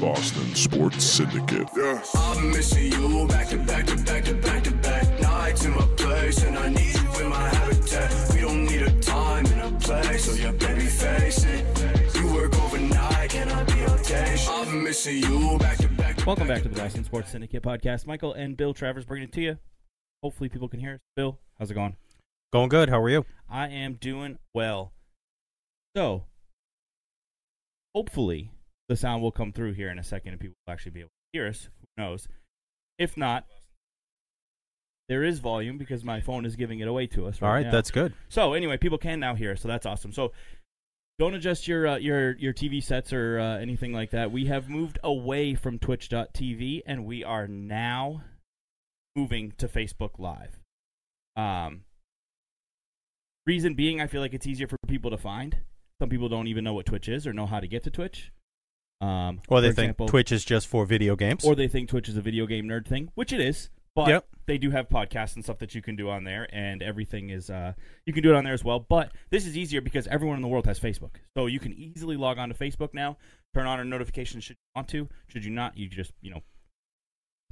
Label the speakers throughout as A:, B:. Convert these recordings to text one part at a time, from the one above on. A: Boston Sports Syndicate.
B: Yes.
C: I'm missing you back to back to back to back to back nights in my place, and I need you in my habitat. We don't need a time and a place, so yeah, baby, face it. You work overnight, can I be on days? I'm missing you back to back. To
D: Welcome back to
C: to
D: the Boston Sports Syndicate podcast. Michael and Bill Travers bringing it to you. Hopefully, people can hear us. Bill, how's it going?
E: Going good. How are you?
D: I am doing well. So, hopefully, the sound will come through here in a second and people will actually be able to hear us. Who knows? If not, there is volume because my phone is giving it away to us. Right
E: All right,
D: now.
E: that's good.
D: So anyway, people can now hear, so that's awesome. So don't adjust your uh, your your TV sets or uh, anything like that. We have moved away from Twitch.tv and we are now moving to Facebook Live. Um, reason being, I feel like it's easier for people to find. Some people don't even know what Twitch is or know how to get to Twitch. Um,
E: Or they
D: for
E: think
D: example-
E: Twitch is just for video games.
D: or they think Twitch is a video game nerd thing, which it is. But
E: Yep.
D: they do have podcasts and stuff that you can do on there, and everything is uh, you can do it on there as well. But this is easier because everyone in the world has Facebook, so you can easily log on to Facebook now, turn on a notification should you want to. Should you not, you just you know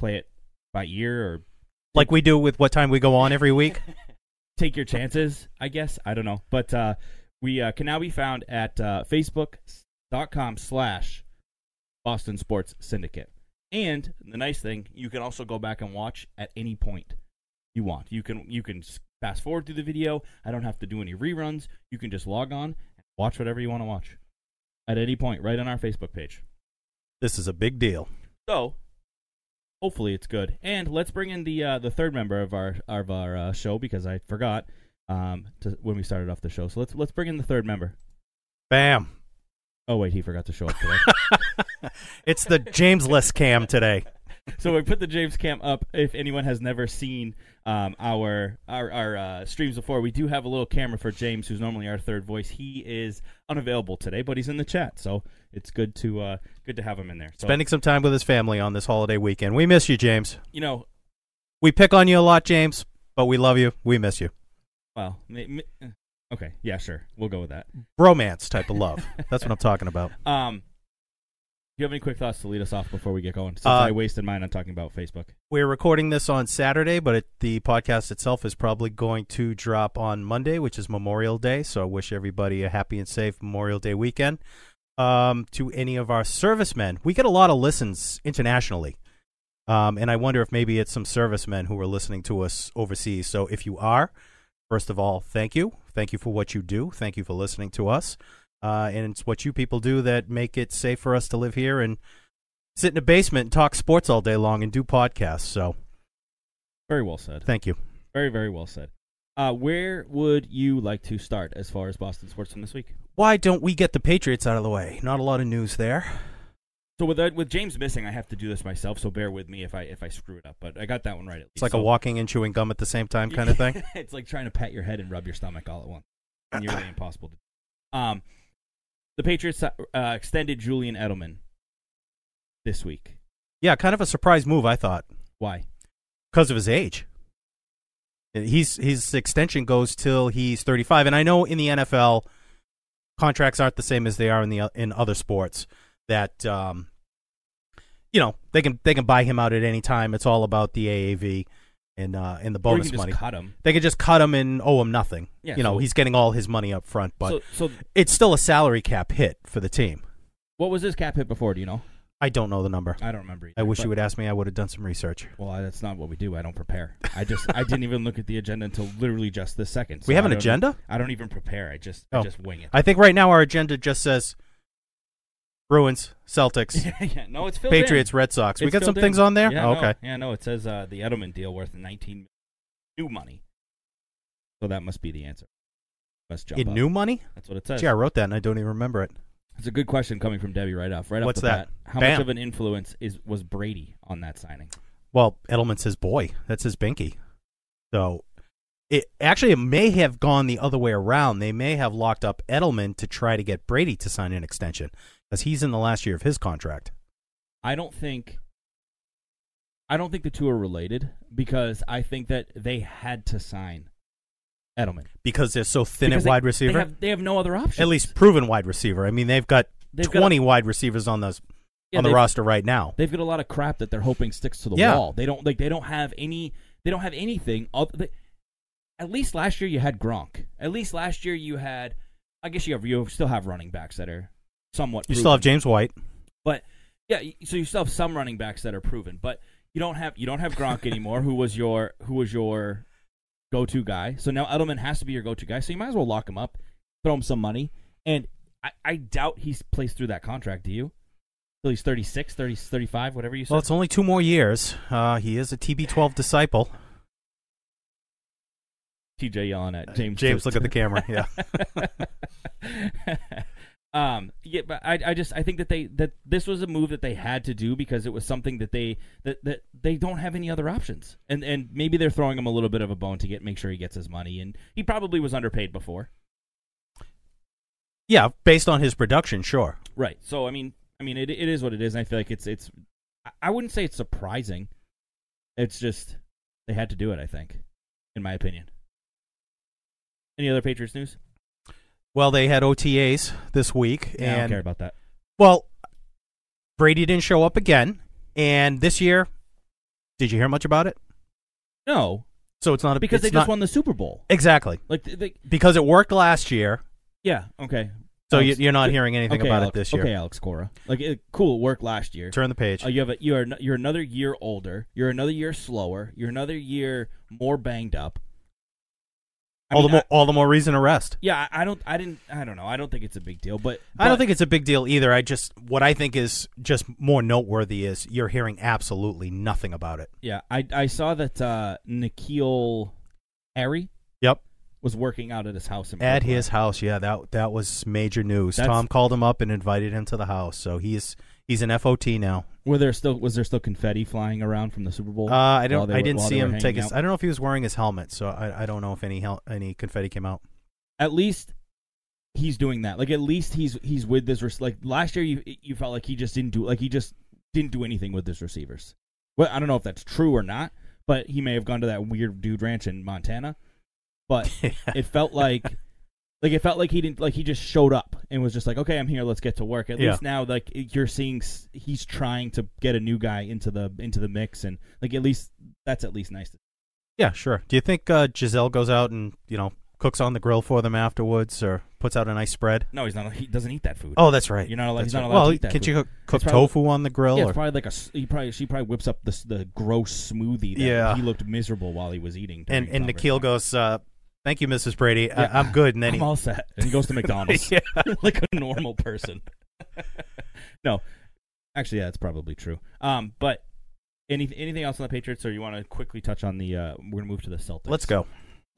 D: play it by ear or
E: like we do with what time we go on every week.
D: take your chances, I guess. I don't know. But uh, we uh, can now be found at uh, facebook.com slash Boston Sports Syndicate. And the nice thing, you can also go back and watch at any point you want. You can you can s- fast forward through the video. I don't have to do any reruns. You can just log on and watch whatever you want to watch at any point, right on our Facebook page.
E: this is a big deal.
D: So hopefully it's good. And let's bring in the uh, the third member of our of our uh, show because I forgot um, to, when we started off the show. So let's let's bring in the third member.
E: Bam.
D: Oh wait, he forgot to show up today.
E: It's the Jamesless cam today.
D: so we put the James Cam up. If anyone has never seen um, our our, our uh, streams before, we do have a little camera for James, who's normally our third voice. He is unavailable today, but he's in the chat, so it's good to uh, good to have him in there. So,
E: Spending some time with his family on this holiday weekend. We miss you, James.
D: you know,
E: We pick on you a lot, James, but we love you. We miss you.
D: well, m- m- okay, yeah, sure, we'll go with that.
E: Bromance type of love. That's what I'm talking about.
D: Um, do you have any quick thoughts to lead us off before we get going? Since
E: Uh,
D: I wasted mine on talking about Facebook.
E: We're recording this on Saturday, but it, the podcast itself is probably going to drop on Monday, which is Memorial Day. So I wish everybody a happy and safe Memorial Day weekend. Um, to any of our servicemen, we get a lot of listens internationally. Um, and I wonder if maybe it's some servicemen who are listening to us overseas. So if you are, first of all, thank you. Thank you for what you do. Thank you for listening to us. Uh, and it's what you people do that make it safe for us to live here and sit in a basement and talk sports all day long and do podcasts. So
D: Very well said.
E: thank you.
D: Very, very well said. Uh, where would you like to start as far as Boston sports from this week?
E: Why don't we get the Patriots out of the way? Not a lot of news there.
D: So with that, with James missing, I have to do this myself. So bear with me if I if I screw it up. But I got that one right. At least.
E: It's like
D: So-
E: a walking and chewing gum at the same time kind of thing.
D: it's like trying to pat your head and rub your stomach all at once. And you're really impossible to do. Um, the Patriots uh, extended Julian Edelman this week.
E: yeah, kind of a surprise move, I thought,
D: Why?
E: because of his age. He's his extension goes till he's 35, and I know in the NFL contracts aren't the same as they are in the in other sports. That um, you know they can they can buy him out at any time. It's all about the AAV and uh, and the
D: Or you
E: bonus
D: can
E: money.
D: Just cut him.
E: they could just cut him and owe him nothing.
D: Yeah,
E: you know,
D: so-
E: he's getting all his money up front, but
D: so, so
E: it's still a salary cap hit for the team.
D: what was his cap hit before? Do you know?
E: I don't know the number.
D: I don't remember.
E: I
D: either,
E: wish
D: but-
E: you would ask me. I would have done some research.
D: Well, I- that's not what we do. I don't prepare. I just I didn't even look at the agenda until literally just this second.
E: We have
D: I
E: an
D: don't-
E: agenda?
D: I don't even prepare. I just I
E: Oh.
D: just wing it.
E: I think right now our agenda just says Bruins, Celtics,
D: yeah, no, it's filled in.
E: Patriots, Red Sox. we
D: It's
E: got some
D: filled in.
E: things on there.
D: Yeah,
E: Oh,
D: no,
E: okay.
D: yeah, no, it says uh, the Edelman deal worth 19 new money. So that must be the answer. Must jump
E: In
D: up.
E: new money?
D: That's what it says.
E: Gee, I wrote that and I don't even remember it.
D: It's a good question coming from Debbie right off. Right
E: What's
D: off the
E: that?
D: bat, how much
E: Bam.
D: of an influence is was Brady on that signing?
E: Well, Edelman's his boy. That's his binky. So it actually it may have gone the other way around. They may have locked up Edelman to try to get Brady to sign an extension because he's in the last year of his contract.
D: I don't think I don't think the two are related because I think that they had to sign Edelman.
E: because they're so thin
D: Because
E: at
D: they-
E: wide
D: They
E: receiver.
D: have, they have no other option.
E: at least proven wide receiver. I mean, they've got
D: They've got a-
E: twenty wide receivers on those on the
D: they've-
E: roster right now.
D: They've got a lot of crap that they're hoping sticks to the
E: Yeah.
D: wall. They don't like they don't have any they don't have anything. oth- they- At least last year you had Gronk. At least last year you had I guess you have you still have running backs that are somewhat
E: You still have
D: proven.
E: James White.
D: But yeah, y- so you still have some running backs that are proven, but you don't have you don't have Gronk anymore who was your who was your go-to guy. So now Edelman has to be your go-to guy. So you might as well lock him up, throw him some money, and I, I doubt he's plays through that contract, do you? Till he's 36, 30, 35, whatever you said.
E: Well, it's only two more years. Uh, he is a TB12 disciple.
D: TJ yelling at James.
E: Uh, James, look at the camera. Yeah.
D: um. Yeah, but I, I just I think that they that this was a move that they had to do because it was something that they that, that they don't have any other options, and and maybe they're throwing him a little bit of a bone to get make sure he gets his money, and he probably was underpaid before,
E: Yeah, based on his production, sure.
D: right? So I mean, I mean it it is what it is. And I feel like it's it's I- I wouldn't say it's surprising. It's just they had to do it. I think, in my opinion. Any other Patriots news?
E: Well, they had OTAs this week,
D: Yeah, I don't
E: and
D: care about that.
E: well, Brady didn't show up again. And this year, did you hear much about it?
D: No,
E: So it's not a,
D: because
E: it's
D: they just
E: not-
D: won the Super Bowl.
E: exactly
D: Like, th- they,
E: because it worked last year.
D: yeah, okay.
E: So
D: Alex-
E: you, you're not hearing anything
D: Oh, okay,
E: about
D: Alex-
E: it this year.
D: Okay, Alex Cora. Like, it, cool, it worked last year.
E: Turn the page.
D: Uh, you have a, you are n- you're another year older. You're another year slower. You're another year more banged up. I
E: all
D: mean,
E: the more,
D: I-
E: all the more reason to rest.
D: yeah, I I don't. I didn't. I don't know. I don't think it's a big deal. But,
E: I don't
D: but-
E: think it's a big deal either. I just what I think is just more noteworthy is you're hearing absolutely nothing about it.
D: Yeah, I I saw that uh, Nikhil Harry
E: Yep.
D: was working out at his house in
E: At
D: Brooklyn.
E: his house, yeah, that that was major news.
D: That's-
E: Tom called him up and invited him to the house, so he's he's an FOT now.
D: Were there still was there still confetti flying around from the Super Bowl?
E: Uh, I
D: while
E: don't,
D: they
E: I
D: were-
E: didn't
D: while
E: see
D: they were
E: him take
D: hanging
E: his.
D: out?
E: I don't know if he was wearing his helmet, so I, I don't know if any hel- any confetti came out.
D: at least he's doing that. Like at least he's he's with this. rec- Like last year, you you felt like he just didn't do like he just didn't do anything with his receivers. Well, I don't know if that's true or not, but he may have gone to that weird dude ranch in Montana. But it felt like like it felt like he didn't like he just showed up and was just like, okay, I'm here. Let's get to work. At
E: Yeah.
D: least now, like you're seeing, s- he's trying to get a new guy into the into the mix, and like at least that's at least nice. To,
E: Yeah, sure. Do you think uh, Giselle goes out and you know cooks on the grill for them afterwards, or puts out a nice spread?
D: no, he's not. He doesn't eat that food.
E: Oh, that's right.
D: You're not allowed-
E: That's
D: he's not
E: right.
D: allowed
E: Well,
D: to eat that
E: can't you
D: food.
E: cook, cook
D: It's probably-
E: tofu on the grill?
D: Yeah,
E: or-
D: it's probably like a s- he probably she probably whips up the s- the gross smoothie. That
E: Yeah.
D: he looked miserable while he was eating.
E: and
D: during
E: and
D: conference.
E: Nikhil goes, uh, "Thank you, Mrs. Brady.
D: Yeah.
E: I, I'm good." And then
D: I'm
E: he,
D: all set, and he goes to McDonald's
E: Yeah.
D: like a normal person. no, actually, yeah, that's probably true. Um, but any, anything else on the Patriots, or you want to quickly touch on the? Uh, we're gonna move to the Celtics.
E: let's go.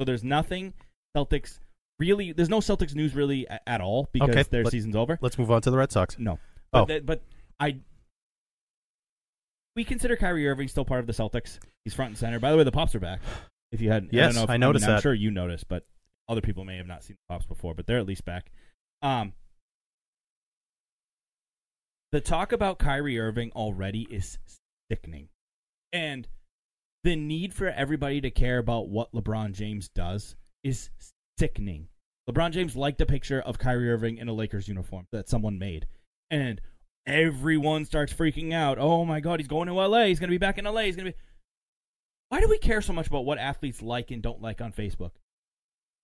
D: So there's nothing Celtics really. There's no Celtics news really a- at all because
E: Okay,
D: their
E: let-
D: season's over.
E: Let's move on to the Red Sox.
D: No. But,
E: Oh.
D: that- but I. We consider Kyrie Irving still part of the Celtics. He's front and center. By the way, the pops are back. If you hadn't,
E: Yes,
D: I, don't know if,
E: I noticed
D: mean, I'm
E: that.
D: sure you noticed, but other people may have not seen the pops before, but they're at least back. Um, the talk about Kyrie Irving already is sickening, and the need for everybody to care about what LeBron James does is sickening. LeBron James liked a picture of Kyrie Irving in a Lakers uniform that someone made, and everyone starts freaking out. Oh my God, he's going to LA. He's going to be back in LA. He's going to be. Why do we care so much about what athletes like and don't like on Facebook,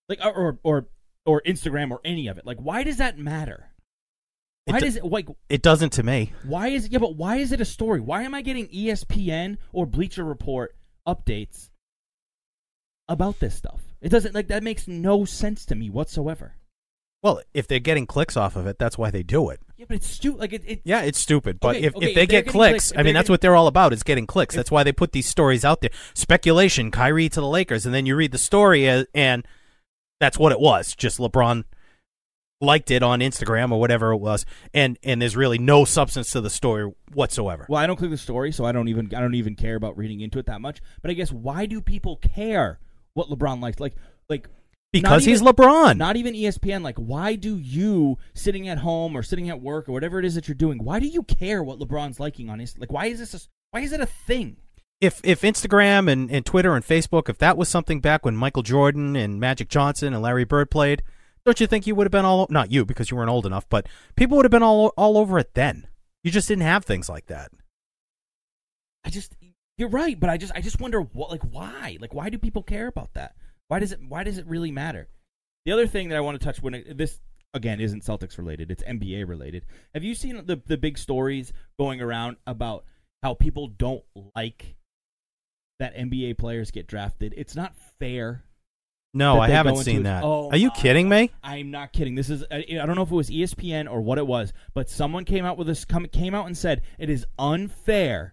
D: like or or or, or Instagram or any of it? Like, why does that matter?
E: It
D: Why
E: do-
D: does it like
E: It doesn't to me.
D: why is yeah, but why is it a story? Why am I getting E ESPN or Bleacher Report updates about this stuff? It doesn't like that makes no sense to me whatsoever.
E: Well, if they're getting clicks off of it, that's why they do it.
D: Yeah, but it's stupid. Like it, it
E: Yeah, it's stupid, but
D: Okay,
E: if,
D: okay,
E: if they
D: if they're
E: get
D: getting
E: clicks,
D: clicks, if
E: I
D: they're
E: mean that's
D: getting-
E: what they're all about. Is getting clicks.
D: If-
E: that's why they put these stories out there. Speculation: Kyrie to the Lakers, and then you read the story, a- and that's what it was. Just LeBron liked it on Instagram or whatever it was, and and there's really no substance to the story whatsoever.
D: Well, I don't click the story, so I don't even I don't even care about reading into it that much. But I guess why do people care what LeBron likes? Like like not
E: Because he's
D: even-
E: LeBron.
D: Not even E ESPN. Like why do you sitting at home or sitting at work or whatever it is that you're doing? Why do you care what LeBron's liking on his? Like why is this a, why is it a thing?
E: if if Instagram and, and Twitter and Facebook, if that was something back when Michael Jordan and Magic Johnson and Larry Bird played, don't you think you would have been all not you because you weren't old enough, but people would have been all all over it then. You just didn't have things like that.
D: I just you're right, but I just I just wonder what like why like why do people care about that? Why does it why does it really matter? The other thing that I want to touch when it, this again isn't Celtics related, it's NBA related. Have you seen the the big stories going around about how people don't like that NBA players get drafted? It's not fair.
E: No,
D: That
E: I
D: they go
E: haven't
D: into
E: seen
D: it-
E: that.
D: Oh
E: Are you
D: my
E: kidding me?
D: I'm not kidding. This is I I don't know if it was E ESPN or what it was, but someone came out with this come- came out and said it is unfair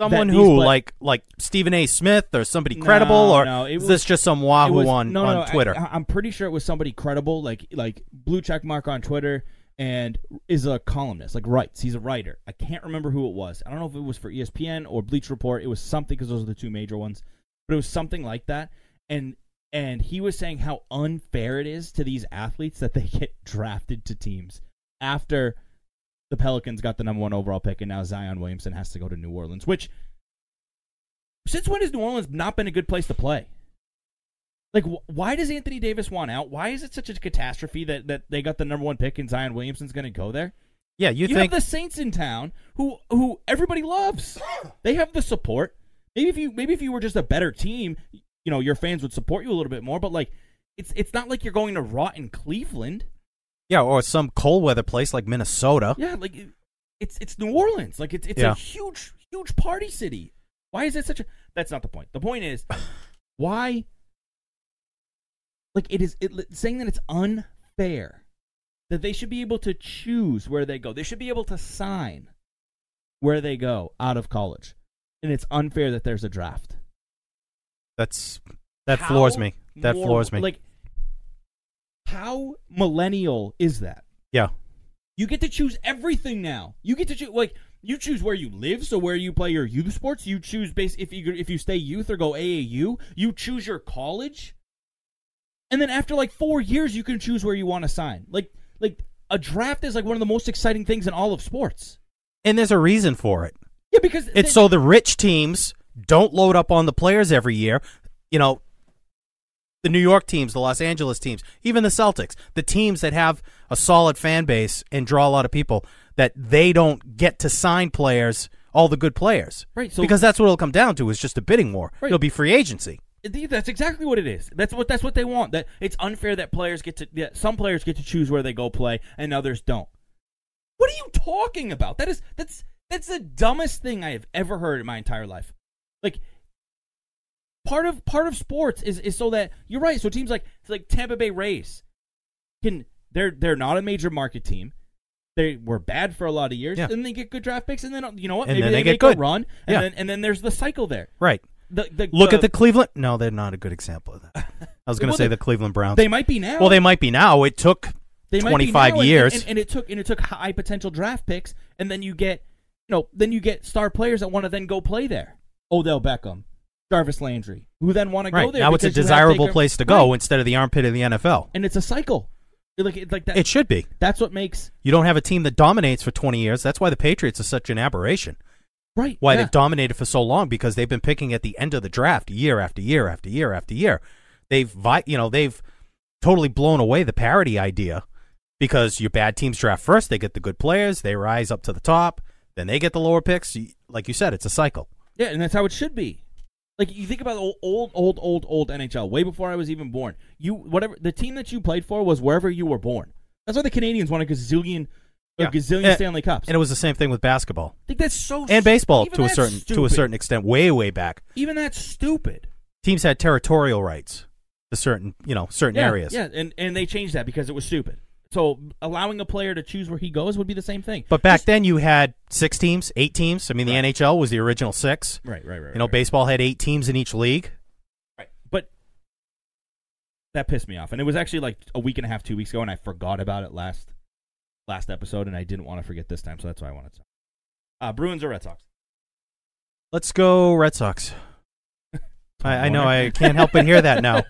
E: Someone
D: these
E: who
D: play-
E: like like Stephen A. Smith or somebody
D: No,
E: credible, or
D: no, it
E: is
D: was-
E: this just some
D: It
E: wahoo
D: was-
E: on
D: no, no,
E: on
D: no,
E: Twitter?
D: I, am pretty sure it was somebody credible, like like blue check mark on Twitter, and is a columnist, like writes. He's a writer. I can't remember who it was. I don't know if it was for E ESPN or Bleach Report. It was something because those are the two major ones, but it was something like that. And and he was saying how unfair it is to these athletes that they get drafted to teams after the Pelicans got the number one overall pick, and now Zion Williamson has to go to New Orleans, which. Since when has New Orleans not been a good place to play? Like, wh- why does Anthony Davis want out? Why is it such a catastrophe that, that they got the number one pick and Zion Williamson's going to go there?
E: yeah, you,
D: You,
E: think
D: have the Saints in town, who who everybody loves. they have the support. Maybe if you maybe if you were just a better team, you know your fans would support you a little bit more. But like, it's it's not like you're going to rot in Cleveland.
E: yeah, or some cold weather place like Minnesota.
D: Yeah, like it- it's it's New Orleans. Like it's it's
E: Yeah.
D: a huge huge party city. Why is it such a? That's not the point. The point is why. Like it is it, saying that it's unfair that they should be able to choose where they go. They should be able to sign where they go out of college, and it's unfair that there's a draft.
E: That's that
D: How
E: floors me. That
D: moral-
E: floors me.
D: Like how millennial is that?
E: yeah,
D: You get to choose everything now. You get to choose like you choose where you live, so where you play your youth sports. You choose base if you if you stay youth or go AAU. You choose your college, and then after like four years, you can choose where you want to sign. Like like a draft is like one of the most exciting things in all of sports.
E: and there's a reason for it.
D: Yeah, because
E: It's
D: they-
E: so the rich teams don't load up on the players every year. You know, the New York teams, the Los Angeles teams, even the Celtics, the teams that have a solid fan base and draw a lot of people, that they don't get to sign players, all the good players.
D: Right, so-
E: because that's what it'll come down to is just a bidding war.
D: Right.
E: It'll be free agency.
D: Th- That's exactly what it is. That's what that's what they want. That it's unfair that players get to that some players get to choose where they go play and others don't. What are you talking about? That is that's that's the dumbest thing I have ever heard in my entire life. Like part of part of sports is is so that you're right. So teams like it's like Tampa Bay Rays can they're they're not a major market team. They were bad for a lot of years,
E: Yeah.
D: and they get good draft picks, and then you know what?
E: And
D: Maybe
E: then
D: they,
E: they get
D: make
E: good.
D: a run, and
E: Yeah.
D: then and then there's the cycle there.
E: Right.
D: The, the,
E: Look at the Cleveland. No, they're not a good example of that. I was going to
D: Well,
E: say
D: they-
E: the Cleveland Browns.
D: They might be now.
E: well, they might be now. It took
D: they might be
E: 25
D: now, and-
E: years.
D: and, and it took and it took high potential draft picks, and then you get you know then you get star players that want to then go play there. Odell Beckham, Jarvis Landry, who then want to
E: right
D: go there.
E: now. It's a
D: because you have
E: desirable
D: Baker-
E: place to go
D: Right.
E: instead of the armpit of the NFL.
D: and it's a cycle. It- Like it- like that.
E: It should be.
D: that's what makes
E: You don't have a team that dominates for 20 years. That's why the Patriots are such an aberration.
D: right
E: Why
D: yeah.
E: they've dominated for so long because they've been picking at the end of the draft year after year after year after year. They've vi- you know, they've totally blown away the parity idea because your bad teams draft first, they get the good players, they rise up to the top, then they get the lower picks. You- Like you said, it's a cycle.
D: Yeah, and that's how it should be. Like you think about old, old, old, old, old NHL, way before I was even born. You whatever the team that you played for was wherever you were born. That's why the Canadians won a gazillion,
E: Yeah.
D: a gazillion
E: And-
D: Stanley Cups.
E: And it was the same thing with basketball
D: I think that's so
E: and baseball
D: Oh, even
E: to a
D: that's
E: certain to a
D: stupid.
E: certain extent way way back.
D: even that's stupid.
E: Teams had territorial rights to certain, you know, certain
D: yeah,
E: areas.
D: Yeah, and, and they changed that because it was stupid. So allowing a player to choose where he goes would be the same thing.
E: But back
D: Just-
E: then, you had six teams, eight teams. I mean,
D: Right.
E: the NHL was the original six.
D: right, right, right.
E: You know,
D: right,
E: baseball had eight teams in each league.
D: right. But that pissed me off, and it was actually like a week and a half, two weeks ago, and I forgot about it last last episode, and I didn't want to forget this time, so that's why I wanted to. Uh, Bruins or Red Sox?
E: Let's go Red Sox. I, I know
D: Warner.
E: I can't help but hear that now.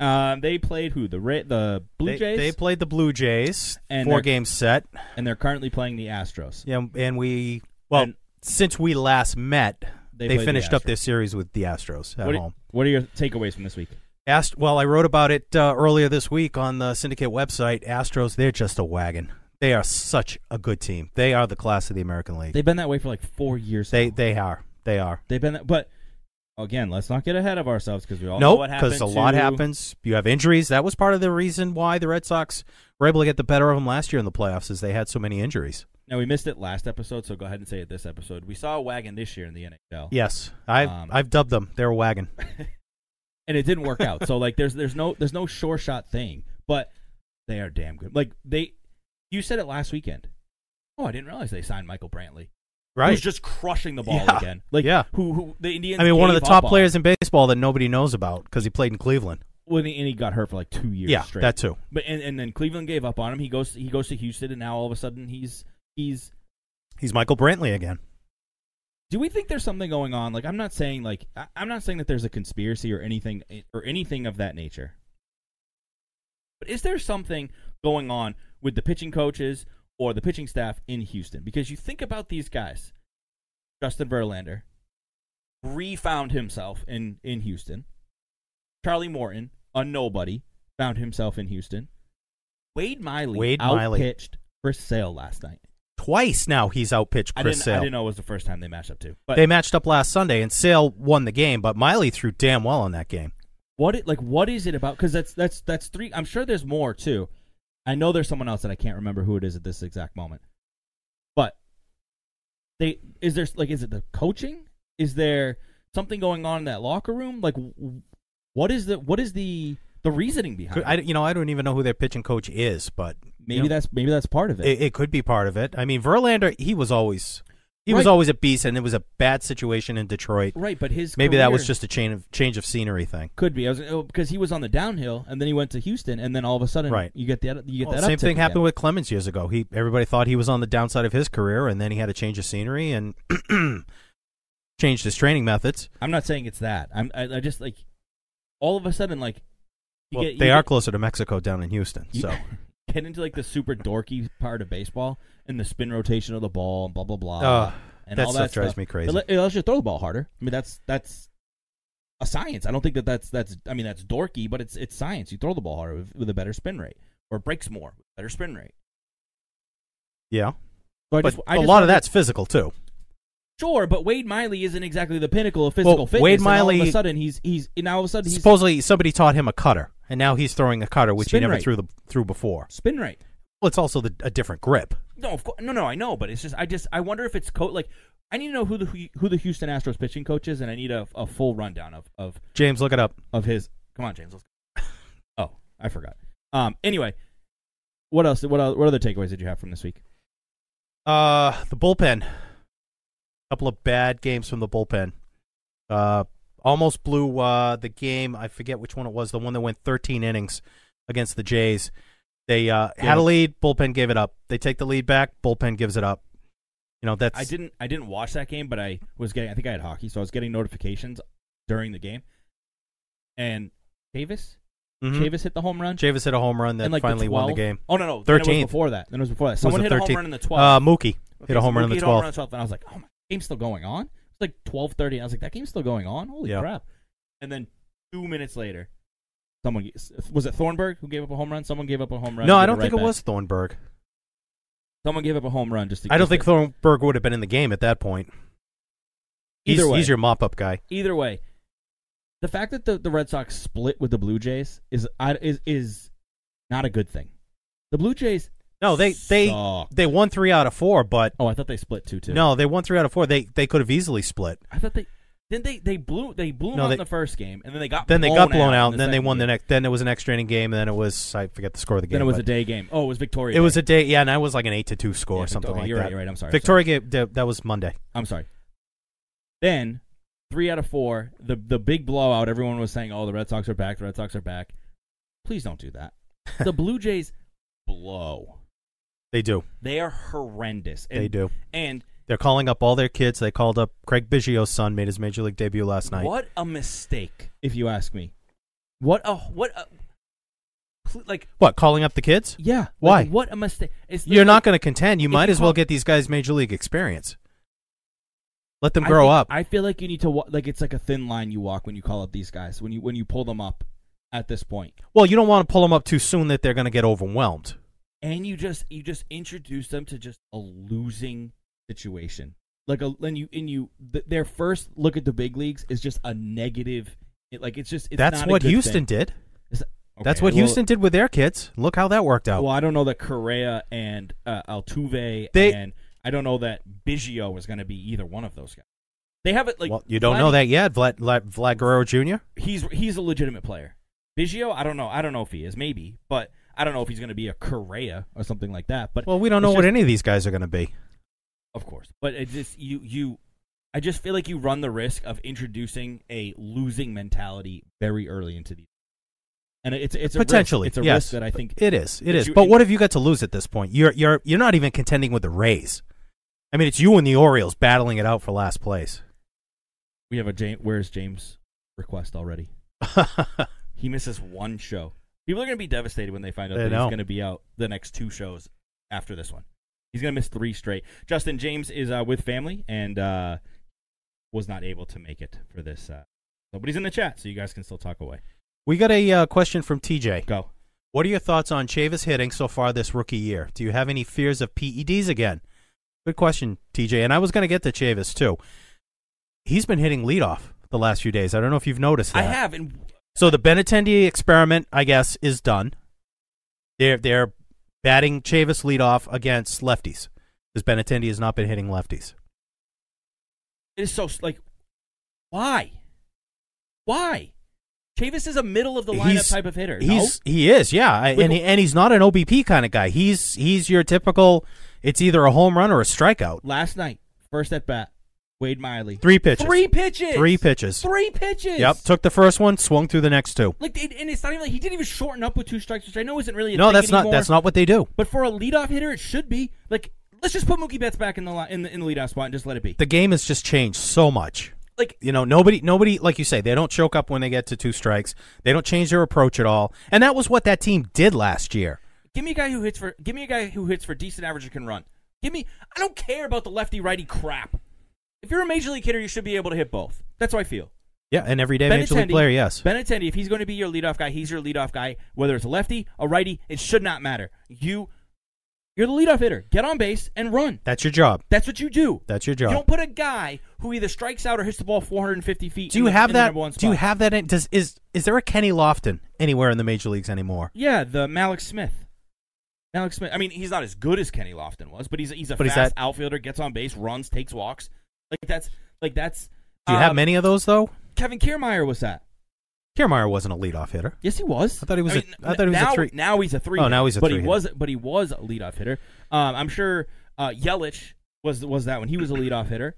D: um, they played who the Ra- the Blue
E: They-
D: Jays,
E: They, played the Blue Jays
D: And
E: four
D: they're-
E: game set.
D: and they're currently playing the Astros.
E: Yeah, and we well
D: And-
E: since we last met,
D: They
E: they,
D: played the
E: finished up
D: Astros.
E: their series with the Astros at
D: What are,
E: home.
D: what are your takeaways from this week?
E: Ast- well, I wrote about it uh, earlier this week on the Syndicate website. Astros, they're just a wagon. They are such a good team. They are the class of the American League.
D: They've been that way for like four years.
E: They
D: now.
E: they are. They are.
D: they've been that, but again, let's not get ahead of ourselves because we all know
E: No,
D: what happened.
E: because a lot
D: to-
E: happens. You have injuries. That was part of the reason why the Red Sox were able to get the better of them last year in the playoffs, is they had so many injuries.
D: Now we missed it last episode, so go ahead and say it this episode. We saw a wagon this year in the NHL,
E: Yes, I've
D: Um,
E: I've dubbed them. They're a wagon.
D: and it didn't work out. So like, there's there's no there's no sure shot thing, but they are damn good. Like they, you said it last weekend. Oh, I didn't realize they signed Michael Brantley,
E: Right.
D: Who's just crushing the ball
E: Yeah.
D: again. Like
E: Yeah.
D: who who the Indians.
E: I mean, one of the
D: gave
E: top
D: up on.
E: players in baseball that nobody knows about because he played in Cleveland.
D: When he, and he got hurt for like two years
E: yeah,
D: straight.
E: that too.
D: But and, and then Cleveland gave up on him. He goes he goes to Houston, and now all of a sudden he's he's.
E: He's Michael Brantley again.
D: Do we think there's something going on? Like I'm not saying like I, I'm not saying that there's a conspiracy or anything eh, or anything of that nature. But is there something going on with the pitching coaches or the pitching staff in Houston? Because you think about these guys, Justin Verlander refound himself in in Houston. Charlie Morton, a nobody, found himself in Houston. Wade Miley
E: Wade Miley.
D: outpitched Chris Sale last night.
E: Twice now he's outpitched
D: I
E: Chris
D: didn't I
E: Sale.
D: didn't know it was the first time they matched up too. But
E: they matched up last Sunday, and Sale won the game, but Miley threw damn well in that game.
D: what it like what is it about because that's that's that's three i'm sure there's more too i know there's someone else that i can't remember who it is at this exact moment but they is there like is it the coaching is there something going on in that locker room like w- what is the what is the the reasoning behind
E: I,
D: it
E: you know, I don't even know who their pitching coach is, but
D: maybe
E: you know,
D: that's maybe that's part of it,
E: it, it could be part of it. I mean, Verlander, he was always he was
D: Right.
E: always a beast, and it was a bad situation in Detroit.
D: right but his
E: Maybe that was
D: career
E: just a chain of change of scenery thing.
D: could be I was, oh, because he was on the downhill and then he went to houston and then all of a sudden
E: Right.
D: you get the you get
E: Well,
D: that
E: same
D: uptick
E: thing happened
D: again.
E: with Clemens years ago. He everybody thought he was on the downside of his career, and then he had a change of scenery and changed his training methods.
D: i'm not saying it's that i'm i, I just like all of a sudden like you
E: Well,
D: get- you
E: they
D: get-
E: are closer to Mexico down in Houston,
D: You-
E: so
D: get into like the super dorky part of baseball and the spin rotation of the ball and blah blah blah.
E: Ugh,
D: and
E: that
D: all
E: stuff
D: that
E: drives
D: stuff.
E: me crazy.
D: It, let- it lets you throw the ball harder. I mean, that's that's a science. I don't think that that's that's. I mean, that's dorky, but it's it's science. You throw the ball harder with, with a better spin rate, or it breaks more, with better spin rate.
E: yeah.
D: So I
E: But
D: just- I just
E: a lot of
D: wonder-
E: that's physical too.
D: sure. But Wade Miley isn't exactly the pinnacle of physical
E: Well,
D: fitness.
E: Wade
D: and all of
E: Miley-
D: a sudden, he's he's and all of a sudden he's
E: Supposedly somebody taught him a cutter, and now he's throwing a cutter which
D: Spin
E: he never
D: rate.
E: threw the threw before.
D: spin rate.
E: Well, it's also the, a different grip.
D: No, of course, no, no, I know, but it's just I just I wonder if it's co- like I need to know who the who, the Houston Astros pitching coach is, and I need a, a full rundown of of
E: James, look it up.
D: of his. Come on, James, let's go. Oh, I forgot. Um, anyway, what else? What el- what other takeaways did you have from this week?
E: Uh, the bullpen. couple of bad games from the bullpen. Uh, almost blew uh, the game. I forget which one it was. The one that went 13 innings against the Jays. They uh, had
D: Yeah.
E: a lead. Bullpen gave it up. They take the lead back. Bullpen gives it up. You know that's
D: I didn't I didn't watch that game, but I was getting I think I had hockey, so I was getting notifications during the game, and Davis
E: Mhm.
D: Davis hit the home run.
E: Chavis hit a home run that
D: and like
E: finally
D: the
E: won the
D: 12
E: game.
D: Oh no, no, then it was
E: 13th.
D: before that. Then it was before that.
E: It was
D: Someone
E: the
D: hit a
E: 13th.
D: home run in the twelfth.
E: Uh, Mookie
D: Okay,
E: hit a
D: so
E: home run
D: Mookie
E: in the
D: hit a home
E: 12th.
D: run on 12th, and I was like, oh my, game's still going on. It's like twelve thirty, and I was like, that game's still going on. Holy
E: Yeah.
D: crap! And then two minutes later, someone gets- was it Thornburg who gave up a home run? Someone gave up a home run.
E: No,
D: to
E: I
D: get
E: don't
D: right
E: think it
D: back.
E: was Thornburg.
D: Someone gave up a home run just. To
E: I don't
D: just
E: think
D: to-
E: Thornburg would have been in the game at that point. He's,
D: Either way.
E: he's your mop-up guy.
D: Either way, the fact that the, the Red Sox split with the Blue Jays is I- is is not a good thing. The Blue Jays.
E: No, they they
D: suck.
E: they won three out of four, but
D: Oh, I thought they split two two.
E: No, they won three out of four. They they could have easily split.
D: I thought they. Then they they blew they blew 'em
E: No,
D: out
E: they-
D: in the first game, and then they got
E: Then they got blown out,
D: in
E: and then they
D: second
E: won the
D: game.
E: next. Then it was an extra inning game, and then it was I forget the score of the game.
D: Then it was
E: but
D: a day game. Oh, it was Victoria.
E: It
D: Day.
E: was a day, yeah, and that was like an eight to two score
D: Yeah,
E: or something
D: okay,
E: like
D: you're
E: that.
D: right, you're right, I'm sorry, I'm
E: Victoria gave that, that was Monday.
D: I'm sorry. Then three out of four, the the big blowout. Everyone was saying, "Oh, the Red Sox are back. The Red Sox are back." Please don't do that. The Blue Jays blow.
E: They do,
D: They are horrendous. And,
E: they do.
D: And
E: They're calling up all their kids. They called up Craig Biggio's son, made his major league debut last night.
D: what a mistake, if you ask me. What a what a pl- like
E: What, calling up the kids?
D: yeah. like,
E: Why?
D: what a mistake. It's
E: You're not going to contend. You
D: if
E: might
D: you
E: as well
D: call-
E: get these guys major league experience. Let them
D: I
E: grow
D: think-
E: up.
D: I feel like you need to wa- like it's like a thin line you walk when you call up these guys when you when you pull them up at this point.
E: well, you don't want to pull them up too soon that they're going to get overwhelmed.
D: and you just you just introduce them to just a losing situation like a and you and you th- their first look at the big leagues is just a negative it, like it's just it's
E: That's
D: not a
E: what
D: good
E: Houston
D: thing.
E: did.
D: It's-
E: That's
D: okay,
E: what
D: well-
E: Houston did with their kids. Look how that worked out.
D: well i don't know that correa and uh, altuve
E: They-
D: and i don't know that biggio was going to be either one of those guys they have it like
E: Well, you don't know
D: Vladdy-
E: that yet, Vlad, Vlad, Vlad Guerrero Jr.
D: he's he's a legitimate player biggio i don't know i don't know if he is maybe but i don't know if he's going to be a correa or something like that but
E: Well, we don't
D: it's
E: know
D: just-
E: what any of these guys are going to be.
D: Of course, but it just you you. I just feel like you run the risk of introducing a losing mentality very early into the, and it's it's a risk-
E: Potentially,
D: it's a
E: yes.
D: risk that I think
E: it is. It
D: that
E: is.
D: you-
E: But what have you got to lose at this point? You're you're you're not even contending with the Rays. I mean, it's you and the Orioles battling it out for last place.
D: we have a James. Where's James request already? He misses one show. People are gonna be devastated when they find out
E: They
D: that
E: know.
D: he's gonna be out the next two shows after this one. He's gonna miss three straight. Justin James is uh, with family and uh, was not able to make it for this. Uh, so, but he's in the chat, so you guys can still talk away.
E: we got a uh, question from TJ.
D: Go.
E: What are your thoughts on Chavis hitting so far this rookie year? Do you have any fears of PEDs again? Good question, TJ. And I was going to get to Chavis too. He's been hitting leadoff the last few days. I don't know if you've noticed that.
D: I have and
E: So the Benatendi experiment, I guess, is done. They're they're batting Chavis leadoff against lefties because Benatendi has not been hitting lefties.
D: It is so like, why? Why? Chavis is a middle of the lineup
E: He's-
D: type of hitter.
E: He's he is yeah, I,
D: Like-
E: and he, and he's not an OBP kind of guy. He's he's your typical. It's either a home run or a strikeout.
D: no? last night, first at bat, Wade Miley,
E: Three pitches.
D: three pitches,
E: Three pitches.
D: three pitches.
E: Yep, took the first one, swung through the next two.
D: Like, it- and it's not even like he didn't even shorten up with two strikes, which I know isn't really. A
E: No,
D: thing
E: that's not
D: anymore,
E: that's not what they do.
D: But for a leadoff hitter, it should be like. Let's just put Mookie Betts back in the li- in the, in the leadoff spot and just let it be.
E: The game has just changed so much.
D: like
E: you know nobody nobody like you say they don't choke up when they get to two strikes they don't change their approach at all and that was what that team did last year
D: Give me a guy who hits for. Give me a guy who hits for decent average and can run. Give me. I don't care about the lefty righty crap. If you're a major league hitter, you should be able to hit both. That's how I feel.
E: yeah an everyday major league player yes
D: Benintendi, if he's going to be your leadoff guy, he's your leadoff guy. Whether it's a lefty, a righty, it should not matter. You, you're the leadoff hitter. Get on base and run.
E: that's your job
D: That's what you do.
E: that's your
D: You
E: job
D: don't put a guy who either strikes out or hits the ball 450 feet.
E: do
D: in
E: you
D: the-
E: have
D: in the
E: that
D: number one
E: do you
D: spot.
E: have that in, does is is there a kenny lofton anywhere in the major leagues anymore
D: Yeah, the Malik Smith. Malik Smith. I mean, he's not as good as Kenny Lofton was, but he's he's a
E: But he's
D: fast
E: that-
D: outfielder. Gets on base, runs, takes walks. Like that's like that's.
E: do you have
D: uh,
E: many of those though
D: Kevin Kiermeyer was that?
E: Kiermaier wasn't a leadoff hitter
D: Yes, he was.
E: I thought he was a-
D: mean,
E: I thought he was a
D: now,
E: three-
D: Now he's a three.
E: Oh,
D: hitter,
E: now he's a
D: But
E: three
D: he
E: hitter.
D: was. But he was a leadoff hitter. Um, I'm sure uh, Yelich was was that one. He was a leadoff hitter.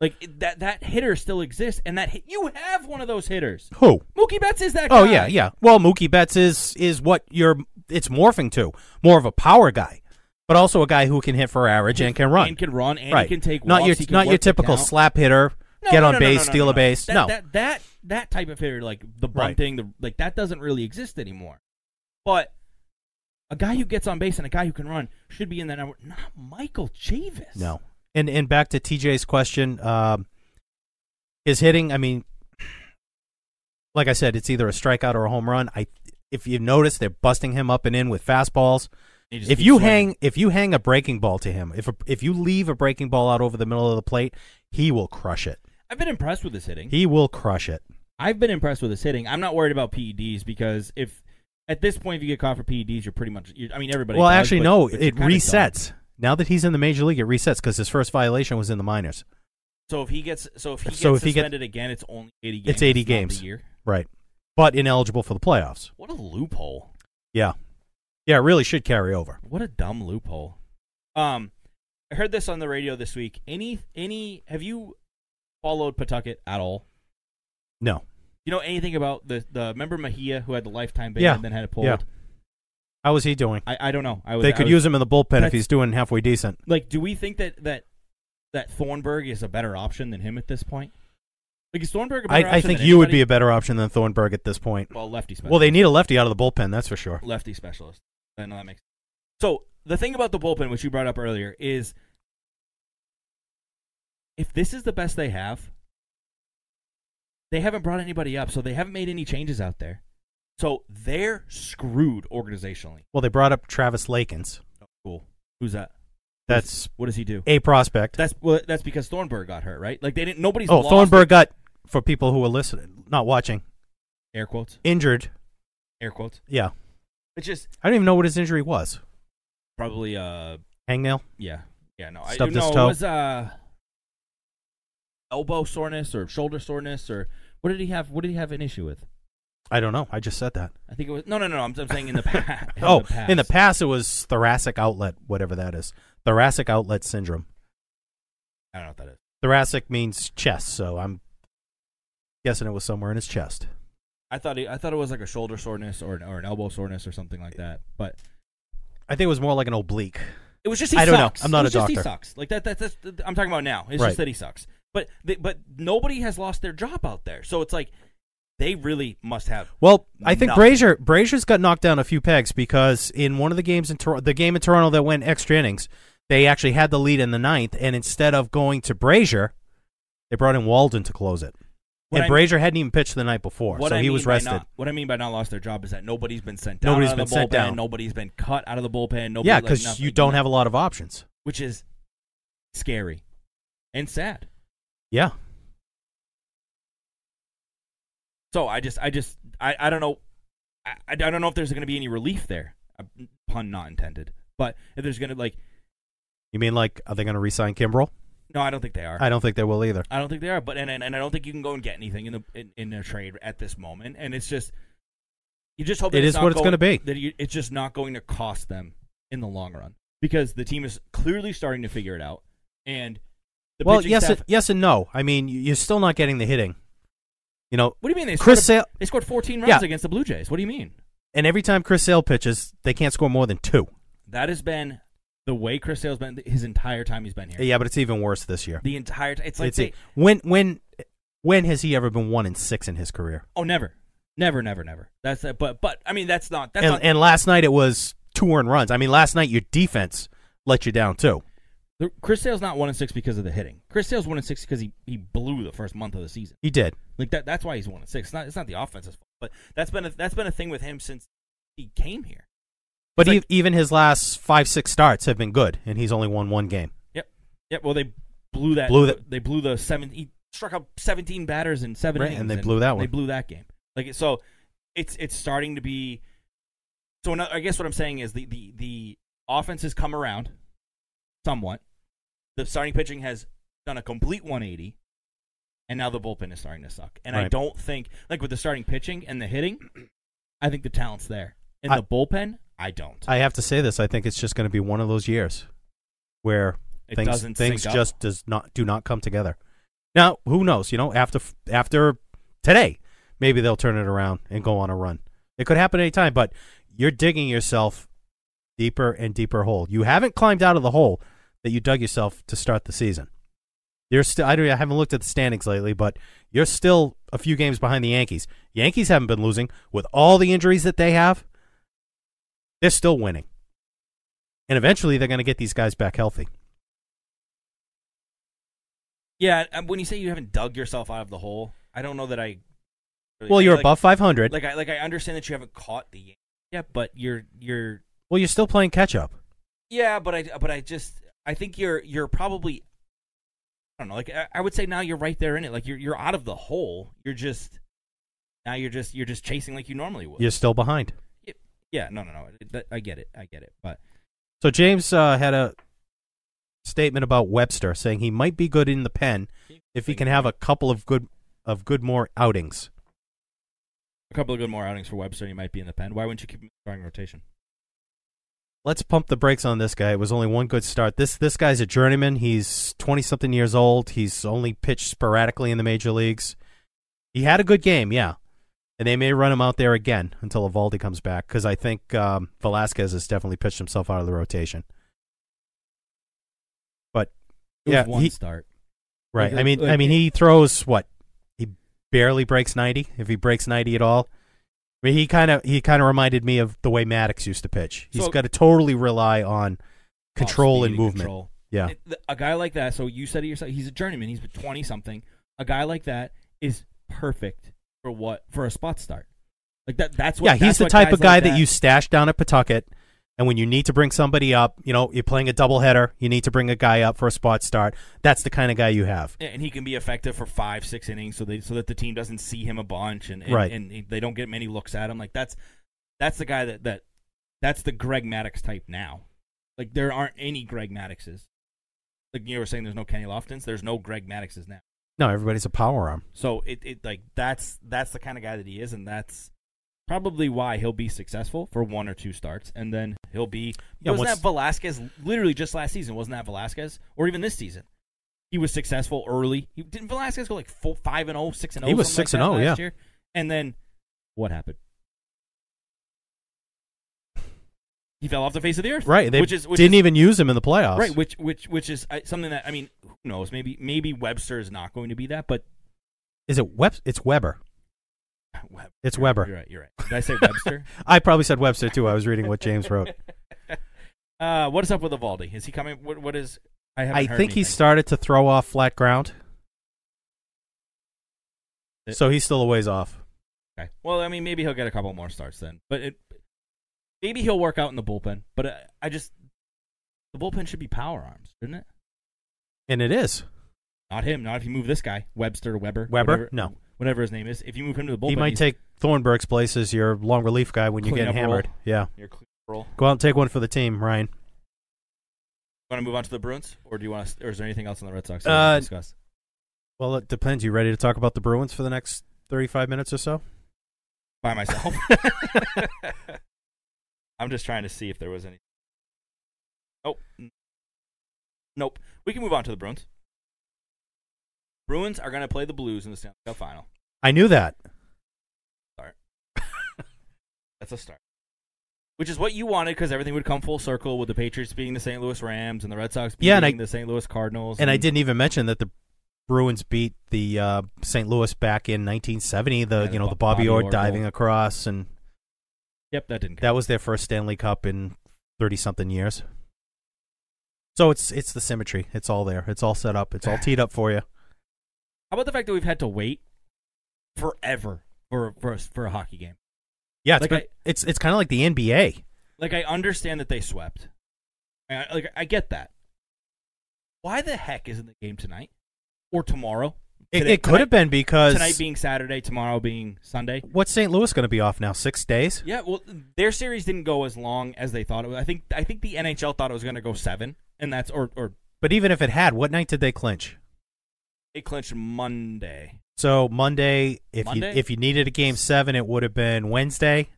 D: Like it- that that hitter still exists, and that hit, you have one of those hitters.
E: who
D: Mookie Betts is that.
E: oh
D: guy.
E: yeah yeah well mookie betts is is what you're it's morphing to more of a power guy but also a guy who can hit for average and can run
D: and can run, and
E: right
D: he can take
E: not
D: walks,
E: your
D: he can
E: not your
D: work the
E: typical
D: count.
E: slap hitter
D: No,
E: get
D: no,
E: on
D: no, no,
E: base
D: no, no,
E: steal
D: no.
E: a base
D: That,
E: no
D: that that that type of hitter, like the
E: Right.
D: bunting, the like that doesn't really exist anymore. But a guy who gets on base and a guy who can run should be in that number. Not Michael Chavis.
E: no and and back to TJ's question um is hitting I mean like I said it's either a strikeout or a home run I if you notice they're busting him up and in with fastballs
D: He just
E: if
D: keeps
E: you
D: swinging.
E: hang if you hang a breaking ball to him if a, if you leave a breaking ball out over the middle of the plate he will crush it
D: I've been impressed with his hitting.
E: he will crush it
D: I've been impressed with his hitting. I'm not worried about PEDs because if at this point if you get caught for PEDs, you're pretty much. You're, I mean, everybody.
E: well
D: does,
E: actually
D: but-
E: no
D: but you're
E: it
D: kinda done.
E: resets now that he's in the major league it resets because his first violation was in the minors
D: So if he gets so if he gets
E: So if he get-
D: suspended again, it's only 80 games.
E: It's 80
D: not the
E: games.
D: year.
E: Right. But ineligible for the playoffs.
D: What a loophole.
E: Yeah. Yeah, it really should carry over.
D: What a dumb loophole. Um, I heard this on the radio this week. Any, any, have you followed Pawtucket at all?
E: No.
D: You know anything about the the remember Mejia who had the lifetime ban
E: Yeah.
D: and then had it pulled?
E: Yeah. How is he doing?
D: I, I don't know. I was,
E: They
D: I
E: could
D: was-
E: use him in the bullpen if
D: That's-
E: he's doing halfway decent.
D: like. Do we think that that that Thornburg is a better option than him at this point? Like is Thornburg? A better
E: I, I
D: option
E: think
D: than
E: you would be
D: anybody?
E: a better option than Thornburg at this point.
D: well lefty specialist.
E: Well, they need a lefty out of the bullpen, that's for sure.
D: lefty specialist. I know that makes. So the thing about the bullpen, which you brought up earlier, is if this is the best they have, they haven't brought anybody up, so they haven't made any changes out there. So they're screwed organizationally. Oh,
E: Well, they brought up Travis Lakens.
D: Cool. Who's that?
E: That's
D: What does he do?
E: a prospect.
D: That's well, that's because Thornburg got hurt, right? Like they didn't. Nobody's.
E: oh,
D: lost-
E: Thornburg got for people who are listening, not watching,
D: Air quotes.
E: injured.
D: Air quotes.
E: Yeah,
D: It's just
E: I don't even know what his injury was.
D: probably. Uh,
E: Hangnail.
D: yeah, yeah. No, I
E: Stubbed his
D: no. It
E: toe.
D: was uh, elbow soreness or shoulder soreness or what did he have? What did he have an issue with?
E: I don't know. I just said that.
D: I think it was no, no, no. I'm, I'm saying in the past.
E: oh, in the past it was thoracic outlet, whatever that is. Thoracic outlet syndrome.
D: I don't know what that is.
E: Thoracic means chest, so I'm guessing it was somewhere in his chest.
D: I thought he, I thought it was like a shoulder soreness or an, or an elbow soreness or something like that. But
E: I think it was more like an oblique.
D: it was just he
E: I don't know.
D: sucks.
E: I'm
D: It
E: not a
D: was just
E: doctor.
D: He sucks. Like that. That's, that's I'm talking about now. It's
E: Right.
D: just that he sucks. But they, but nobody has lost their job out there, so it's like they really must have.
E: Well, I think
D: Nothing.
E: Brazier Brazier's got knocked down a few pegs because in one of the games in Toronto, the game in Toronto that went extra innings, they actually had the lead in the ninth, and instead of going to Brazier, they brought in Walden to close it.
D: What
E: and
D: I-
E: Brazier hadn't even pitched the night before,
D: What
E: so
D: I
E: he
D: mean
E: was
D: by
E: rested.
D: Not, what I mean by not lost their job is that nobody's been sent down.
E: Nobody's
D: out of
E: been
D: the
E: sent
D: bullpen,
E: down.
D: Nobody's been cut out of the bullpen. Nobody,
E: yeah,
D: because
E: because you don't have a lot of options.
D: which is scary and sad.
E: Yeah,
D: So I just, I just, I, I don't know, I, I don't know if there's going to be any relief there. Uh, Pun not intended. But if there's going to like,
E: you mean like are they going to re-sign Kimbrel?
D: no, I don't think they are.
E: I don't think they will either.
D: I don't think they are. But and and, and I don't think you can go and get anything in the in, in a trade at this moment. And it's just you just hope that
E: It is
D: not
E: what it's
D: going-
E: gonna be.
D: That you, it's just not going to cost them in the long run because the team is clearly starting to figure it out. And the
E: well,
D: pitching
E: yes,
D: staff,
E: and, yes, and no. I mean, you- you're still not getting the hitting. You know,
D: what do you mean they
E: Chris
D: scored? a-
E: Sale-
D: they scored 14 runs
E: Yeah.
D: against the Blue Jays. What do you mean?
E: and every time Chris Sale pitches, they can't score more than two.
D: That has been the way Chris Sale's been his entire time he's been here.
E: Yeah, but it's even worse this year.
D: The entire time. It's like,
E: It's-
D: they,
E: when when when has he ever been one in six in his career?
D: oh, never. Never, never, never. That's that. But, but I mean, that's not. That's
E: And,
D: not.
E: and last night it was two earned runs. I mean, last night your defense let you down too.
D: The- Chris Sale's not one and six because of the hitting. Chris Sale's one and six because he, he blew the first month of the season.
E: He did.
D: Like that that's why he's one and six. It's not it's not the offense's fault. But that's been a, that's been a thing with him since he came here.
E: But
D: It's
E: e-
D: like-
E: even his last five six starts have been good, and he's only won one game.
D: Yep. Yep. Well, they blew that.
E: Blew the-
D: they blew the seven. He struck out seventeen batters in seven.
E: Right,
D: innings,
E: and they blew that
D: They
E: one.
D: blew that game. Like so, it's it's starting to be. So no- I guess what I'm saying is the the the offense has come around, somewhat. The starting pitching has done a complete 180, and now the bullpen is starting to suck. And I
E: Right.
D: don't think like with the starting pitching and the hitting, I think the talent's there. In
E: I-
D: the bullpen, I don't.
E: I have to say this. I think it's just going to be one of those years where
D: It
E: things
D: doesn't
E: things
D: sync up.
E: just does not do not come together. Now, who knows? You know, after after today, maybe they'll turn it around and go on a run. It could happen anytime, but you're digging yourself deeper and deeper hole. You haven't climbed out of the hole that you dug yourself to start the season. You're still I, don't, I haven't looked at the standings lately, but you're still a few games behind the Yankees. Yankees haven't been losing with all the injuries that they have. They're still winning. And eventually they're going to get these guys back healthy.
D: Yeah, and when you say you haven't dug yourself out of the hole, I don't know that I.
E: Well, you're
D: like,
E: above 500.
D: Like I like I understand that you haven't caught the Yankees yet, but you're you're
E: well, you're still playing catch up.
D: yeah, but I but I just I think you're you're probably I don't know. Like I, I would say now you're right there in it. Like you're you're out of the hole. You're just now you're just you're just chasing like you normally would.
E: You're still behind.
D: Yeah. No. No. No. That- I get it. I get it. But
E: So James uh, had a statement about Webster saying he might be good in the pen if he can have a couple of good of good more outings.
D: a couple of good more outings for Webster, you might be in the pen. Why wouldn't you keep him in the starting rotation?
E: Let's pump the brakes on this guy. It was only one good start. This this guy's a journeyman. He's 20 something years old. He's only pitched sporadically in the major leagues. He had a good game, yeah. And they may run him out there again until Evaldi comes back because I think um, Velasquez has definitely pitched himself out of the rotation. But
D: It was
E: yeah,
D: one
E: he-
D: start.
E: Right.
D: Like-
E: I mean,
D: like-
E: I mean, he throws what? He barely breaks ninety. If he breaks ninety at all, I mean, he kind of he kind of reminded me of the way Maddox used to pitch. He's
D: So-
E: got to totally rely on control
D: Off speed
E: and movement.
D: control.
E: Yeah.
D: It- th- a guy like that. So you said it yourself. He's a journeyman. He's twenty something. A guy like that is perfect for what for a spot start. Like that. That's what.
E: yeah, he's
D: that's
E: the
D: what
E: type
D: guys
E: of guy
D: like
E: that you stash down at Pawtucket, and when you need to bring somebody up, you know, you're playing a doubleheader, you need to bring a guy up for a spot start. That's the kind of guy you have.
D: Yeah, and he can be effective for five, six innings, so they so that the team doesn't see him a bunch, and and,
E: Right.
D: and he- they don't get many looks at him. Like that's that's the guy that that that's the Greg Maddox type now. Like there aren't any Greg Maddoxes. Like you were saying, there's no Kenny Loftons. There's no Greg Maddoxes now.
E: No, everybody's a power arm.
D: So it, it like that's that's the kind of guy that he is, and that's probably why he'll be successful for one or two starts, and then he'll be.
E: Yeah,
D: wasn't
E: once-
D: that Velasquez literally just last season? Wasn't that Velasquez or even this season? He was successful early. He, didn't Velasquez go like full five and oh, six and oh?
E: He was
D: something like
E: 6 and
D: that
E: 0,
D: last
E: yeah.
D: year? And then what happened? He fell off the face of the earth,
E: Right. They
D: which is which
E: didn't
D: is-
E: even use him in the playoffs.
D: Right, which which which is uh, something that I mean, who knows? Maybe maybe Webster is not going to be that, but
E: Is it Web? It's Weber.
D: Web-
E: It's Weber.
D: You're right. You're right. Did I say Webster?
E: I probably said Webster too. I was reading what James wrote.
D: uh, what is up with Evaldi? Is he coming? What, what is? I haven't
E: I
D: heard
E: think he
D: anything.
E: started to throw off flat ground.
D: It-
E: So he's still a ways off.
D: Okay. Well, I mean, maybe he'll get a couple more starts then, but it, maybe he'll work out in the bullpen. But uh, I just the bullpen should be power arms, shouldn't it?
E: And it is.
D: Not him. Not if you move this guy, Webster to Weber.
E: Weber?
D: whatever-
E: No.
D: whatever his name is. If you move him to the bullpen,
E: he might
D: he's-
E: take Thornburg's place as your long relief guy when you get
D: Cleanup role.
E: hammered. Yeah.
D: Your clear roll.
E: Go out and take one for the team, Ryan.
D: Want to move on to the Bruins, or do you want to? Or is there anything else on the Red Sox? that
E: Uh,
D: want to discuss.
E: Well, it depends. You ready to talk about the Bruins for the next 35 minutes or so?
D: by myself. I'm just trying to see if there was any. Oh, n- nope. We can move on to the Bruins. Bruins are going to play the Blues in the Stanley Cup final.
E: I knew that.
D: That's a start. Which is what you wanted because everything would come full circle with the Patriots beating the St. Louis Rams and the Red Sox beating
E: Yeah, and I-
D: the St. Louis Cardinals.
E: And I didn't even mention that the Bruins beat the uh, St. Louis back in 1970. The
D: Yeah, the
E: you know
D: Bo-
E: the Bobby,
D: Bobby
E: Orr
D: Orr
E: diving
D: goal.
E: across, and
D: Yep, that didn't. Count.
E: that was their first Stanley Cup in 30 something years. So it's it's the symmetry. It's all there. It's all set up. It's all teed up for you.
D: How about the fact that we've had to wait forever for for a, for a hockey game?
E: Yeah, it's
D: Like
E: been-
D: I-
E: it's it's kind of like the NBA.
D: Like I understand that they swept. I, I- like I get that. Why the heck isn't the game tonight or tomorrow?
E: It,
D: Today-
E: it could have been
D: tonight-
E: because
D: tonight being Saturday, tomorrow being Sunday.
E: what's St. Louis going to be off now? Six days.
D: Yeah, well, their series didn't go as long as they thought it was. I think I think the NHL thought it was going to go seven, and that's or or
E: But even if it had, what night did they clinch?
D: it clinched Monday.
E: So Monday, if
D: Monday?
E: you if you needed a game seven, it would have been Wednesday.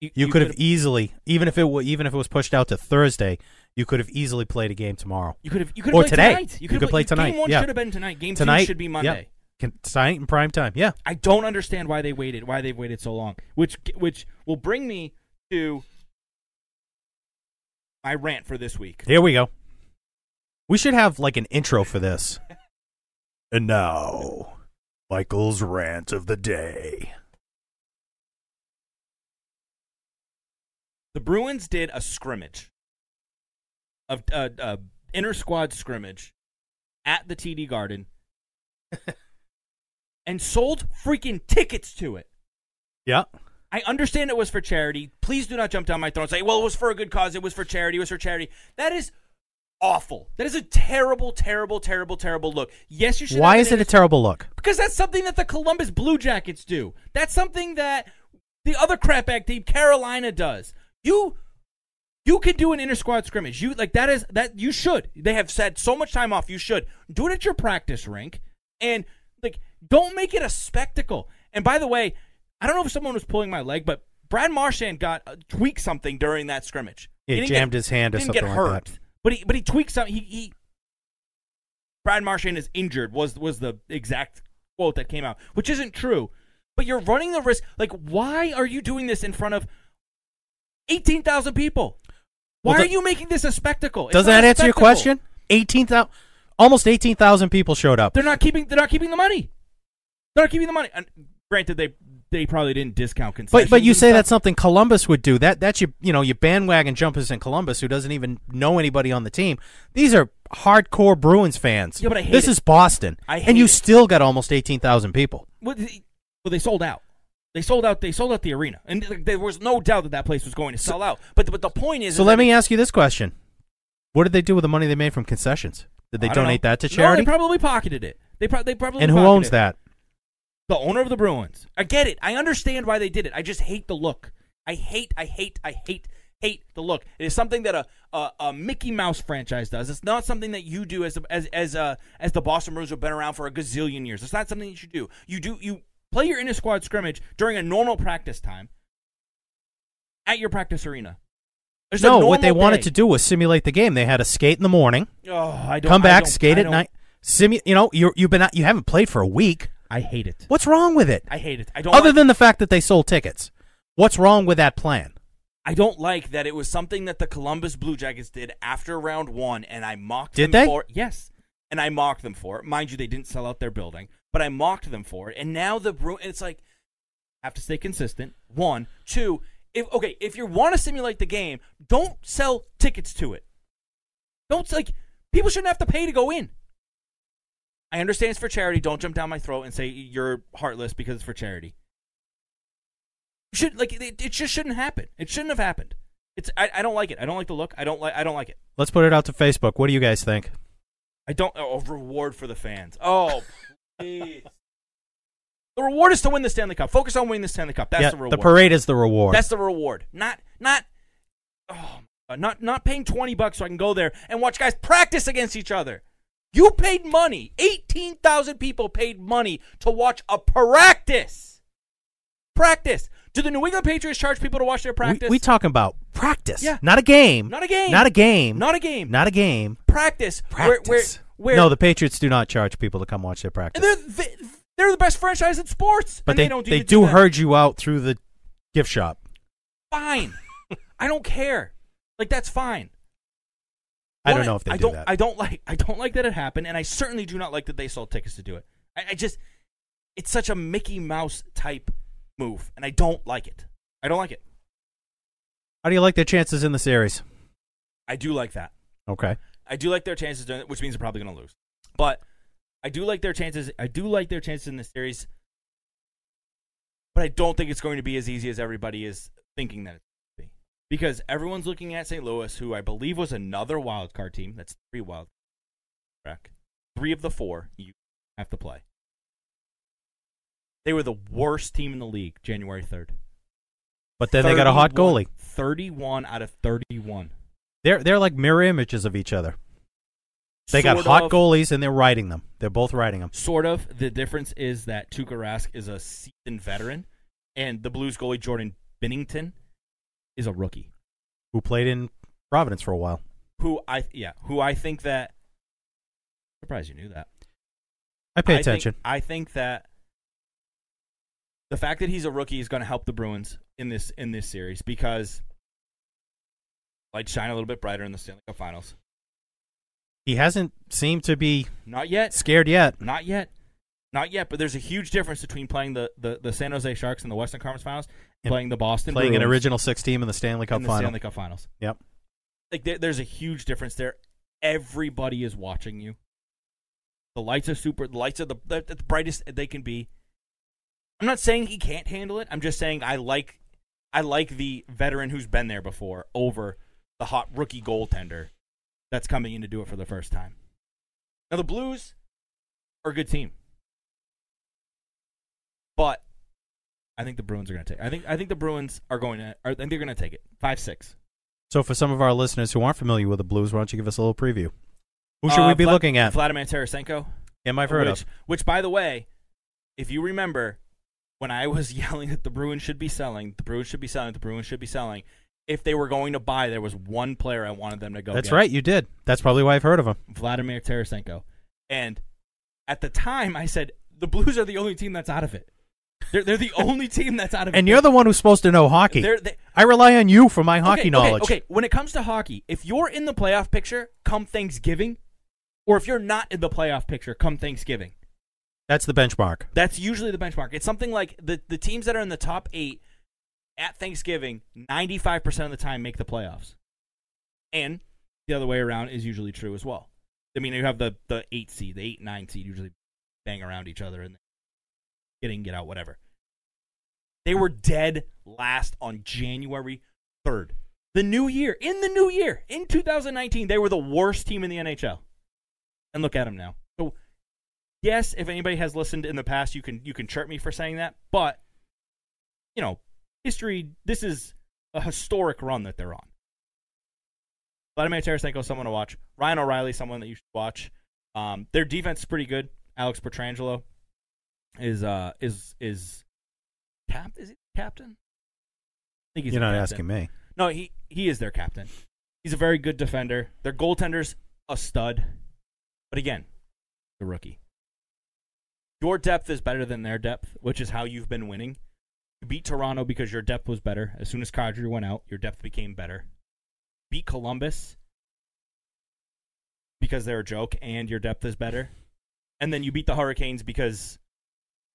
E: You, e could have
D: could've-
E: easily, even if it wa even if it was pushed out to Thursday, you could have easily played a game tomorrow.
D: you could have you could
E: or
D: have played
E: today.
D: Tonight.
E: You
D: could've
E: could play
D: played-
E: tonight,
D: Game one
E: yeah.
D: should have been tonight. Game
E: Tonight
D: two should be
E: yep.
D: Monday.
E: Can, tonight in prime time. Yeah,
D: I don't understand why they waited, why they've waited so long. Which which will bring me to my rant for this week.
E: here we go. We should have like an intro for this. and now, Michael's rant of the day.
D: The Bruins did a scrimmage, of uh, uh, inter squad scrimmage, at the TD Garden, and sold freaking tickets to it.
E: Yeah,
D: I understand it was for charity. Please do not jump down my throat and say, well, it was for a good cause. It was for charity. It was for charity. That is awful. That is a terrible, terrible, terrible, terrible look. Yes, you should.
E: why
D: have
E: is
D: an
E: it a terrible look?
D: Because that's something that the Columbus Blue Jackets do. That's something that the other crapbag team, Carolina, does. You you can do an inter squad scrimmage. You like that is that you should. They have said so much time off. You should do it at your practice rink and like don't make it a spectacle. And by the way, I don't know if someone was pulling my leg, but Brad Marchand got uh, tweaked something during that scrimmage.
E: Yeah,
D: He didn't
E: jammed his hand or
D: didn't get
E: something like
D: hurt,
E: that.
D: But he but he tweaked something. He, he Brad Marchand is injured was was the exact quote that came out, which isn't true. But you're running the risk. Like, why are you doing this in front of eighteen thousand people? Why
E: Well,
D: are
E: th-
D: you making this a spectacle? It's
E: Does
D: not
E: that
D: a
E: answer your
D: spectacle.
E: question? Eighteen thousand, almost eighteen thousand people showed up.
D: They're not keeping. They're not keeping the money. They're not keeping the money. And granted, they they probably didn't discount concessions.
E: But but you
D: and
E: say
D: stuff.
E: that's something Columbus would do. That that's your you know your bandwagon jumpers in Columbus who doesn't even know anybody on the team. These are hardcore Bruins fans.
D: Yeah, but I hate
E: this
D: it.
E: is Boston,
D: I hate
E: and you
D: it.
E: still got almost eighteen thousand people.
D: Well, they, well, they sold out. They sold out. They sold out the arena, and th- there was no doubt that that place was going to sell out. But the, but the point is,
E: So
D: is
E: let
D: that
E: me
D: it-
E: ask you this question: What did they do with the money they made from concessions? Did they
D: I don't
E: donate
D: know.
E: that to
D: No,
E: charity?
D: they probably pocketed it. They, pro- they probably
E: and who
D: pocketed
E: owns
D: it.
E: that?
D: The owner of the Bruins. I get it. I understand why they did it. I just hate the look. I hate. I hate. I hate. Hate the look. It is something that a, a, a Mickey Mouse franchise does. It's not something that you do as a, as as uh, as the Boston Bruins have been around for a gazillion years. It's not something that you do. You do you play your inter squad scrimmage during a normal practice time at your practice arena. There's a
E: no, what they
D: normal
E: wanted
D: day.
E: to do was simulate the game. They had a skate in the morning,
D: Oh, I don't,
E: come
D: I
E: back,
D: don't-
E: skate
D: I
E: at
D: don't-
E: night. Simu- you know, you you've been out, you haven't played for a week.
D: I hate it.
E: What's wrong with it?
D: I hate it. I don't.
E: Other
D: like-
E: than the fact that they sold tickets, what's wrong with that plan?
D: I don't like that it was something that the Columbus Blue Jackets did after round one, and I mocked
E: Did
D: them
E: they?
D: for it. Yes, and I mocked them for it. Mind you, they didn't sell out their building, but I mocked them for it. And now the Bru- and it's like have to stay consistent. One, two. If okay, if you want to simulate the game, don't sell tickets to it. Don't like people shouldn't have to pay to go in. I understand it's for charity. Don't jump down my throat and say you're heartless because it's for charity. Should like it, it just shouldn't happen. It shouldn't have happened. It's I, I don't like it. I don't like the look. I don't like I don't like it.
E: Let's put it out to Facebook. What do you guys think?
D: I don't oh, a reward for the fans. Oh, please. the reward is to win the Stanley Cup. Focus on winning the Stanley Cup. That's
E: Yeah,
D: the reward.
E: The parade is the reward.
D: That's the reward. Not not oh, uh, not not paying 20 bucks so I can go there and watch guys practice against each other. You paid money. 18,000 people paid money to watch a practice. Practice. Do the New England Patriots charge people to watch their
E: We-
D: practice?
E: We, talking about practice,
D: Yeah.
E: not a game,
D: Not a game.
E: not a game,
D: Not a game.
E: not a game.
D: practice.
E: Practice.
D: Where, where, where
E: no, the Patriots do not charge people to come watch their practice,
D: and they're the, they're the best franchise in sports.
E: but
D: and
E: they
D: don't do
E: they
D: the-
E: do
D: that.
E: herd you out through the gift shop.
D: Fine. I don't care. Like that's fine.
E: I don't
D: What
E: know if they
D: I
E: do
D: don't,
E: that.
D: I don't like. I don't like that it happened, and I certainly do not like that they sold tickets to do it. I, I just, it's such a Mickey Mouse type move, and I don't like it. I don't like it.
E: How do you like their chances in the series?
D: I do like that.
E: Okay,
D: I do like their chances doing it, which means they're probably going to lose. But I do like their chances. I do like their chances in this series. But I don't think it's going to be as easy as everybody is thinking that it's going to be. Because everyone's looking at St. Louis, who I believe was another wild card team. That's three wild correct? Three of the four you have to play. They were the worst team in the league January 3rd.
E: but then they got a hot
D: 31
E: goalie.
D: 31 out of 31.
E: They're they're like mirror images of each other. They got
D: Sort
E: hot
D: of.
E: goalies and they're riding them. They're both riding them.
D: Sort of. The difference is that Tuukka Rask is a seasoned veteran, and the Blues goalie Jordan Binnington is a rookie.
E: Who played in Providence for a while?
D: Who I yeah, who I think that. Surprised you knew that.
E: I pay
D: I think-
E: attention.
D: I think that the fact that he's a rookie is going to help the Bruins in this in this series because lights shine a little bit brighter in the Stanley Cup Finals.
E: he hasn't seemed to be
D: Not yet.
E: scared yet.
D: Not yet. Not yet, but there's a huge difference between playing the, the, the San Jose Sharks in the Western Conference Finals and
E: And
D: playing the Boston
E: playing an
D: Bruins.
E: original six team in the Stanley Cup
D: in the
E: final.
D: Stanley Cup Finals.
E: Yep.
D: Like there, there's a huge difference there. Everybody is watching you. The lights are super. The lights are the, the, the brightest they can be. I'm not saying he can't handle it. I'm just saying I like I like the veteran who's been there before over the hot rookie goaltender that's coming in to do it for the first time. Now the Blues are a good team, but I think the Bruins are going to take. I think I think the Bruins are going to. I think they're going to take it five six.
E: So, for some of our listeners who aren't familiar with the Blues, why don't you give us a little preview? Who
D: Uh,
E: should we be looking at?
D: Vladimir Tarasenko.
E: Am I heard
D: which,
E: of?
D: Which, by the way, if you remember, when I was yelling that the Bruins should be selling, the Bruins should be selling, the Bruins should be selling. If they were going to buy, there was one player I wanted them to go.
E: That's
D: get,
E: right, you did. That's probably why I've heard of him.
D: Vladimir Tarasenko. And at the time, I said the Blues are the only team that's out of it. They're they're the only team that's out of it.
E: And you're the one who's supposed to know hockey.
D: They're- they-
E: I rely on you for my
D: okay,
E: hockey
D: okay,
E: knowledge.
D: Okay, when it comes to hockey, if you're in the playoff picture come Thanksgiving, or if you're not in the playoff picture come Thanksgiving,
E: That's the benchmark.
D: That's usually the benchmark. It's something like the, the teams that are in the top eight at Thanksgiving, 95% of the time make the playoffs. And
F: The other way around is usually true as well. I mean, you have the the eight seed, the eight nine seed usually bang around each other and get in, get out, whatever.
D: they were dead last on January 3rd. The new year, in the new year, in 2019, they were the worst team in the NHL.
F: And look at them now.
D: So, yes, if anybody has listened in the past, you can you can chirp me for saying that, but you know, history. This is a historic run that they're on. Vladimir Tarasenko, someone to watch. Ryan O'Reilly, someone that you should watch. Um, their defense is pretty good. Alex Petrangelo is uh is is cap is he captain? I think he's
E: You're
D: the
E: not
D: captain.
E: asking me.
D: No, he he is their captain. He's a very good defender. Their goaltender's a stud. But again, the rookie. Your depth is better than their depth, which is how you've been winning. You beat Toronto because your depth was better. As soon as Kadri went out, your depth became better. Beat Columbus because they're a joke and your depth is better. And then you beat the Hurricanes because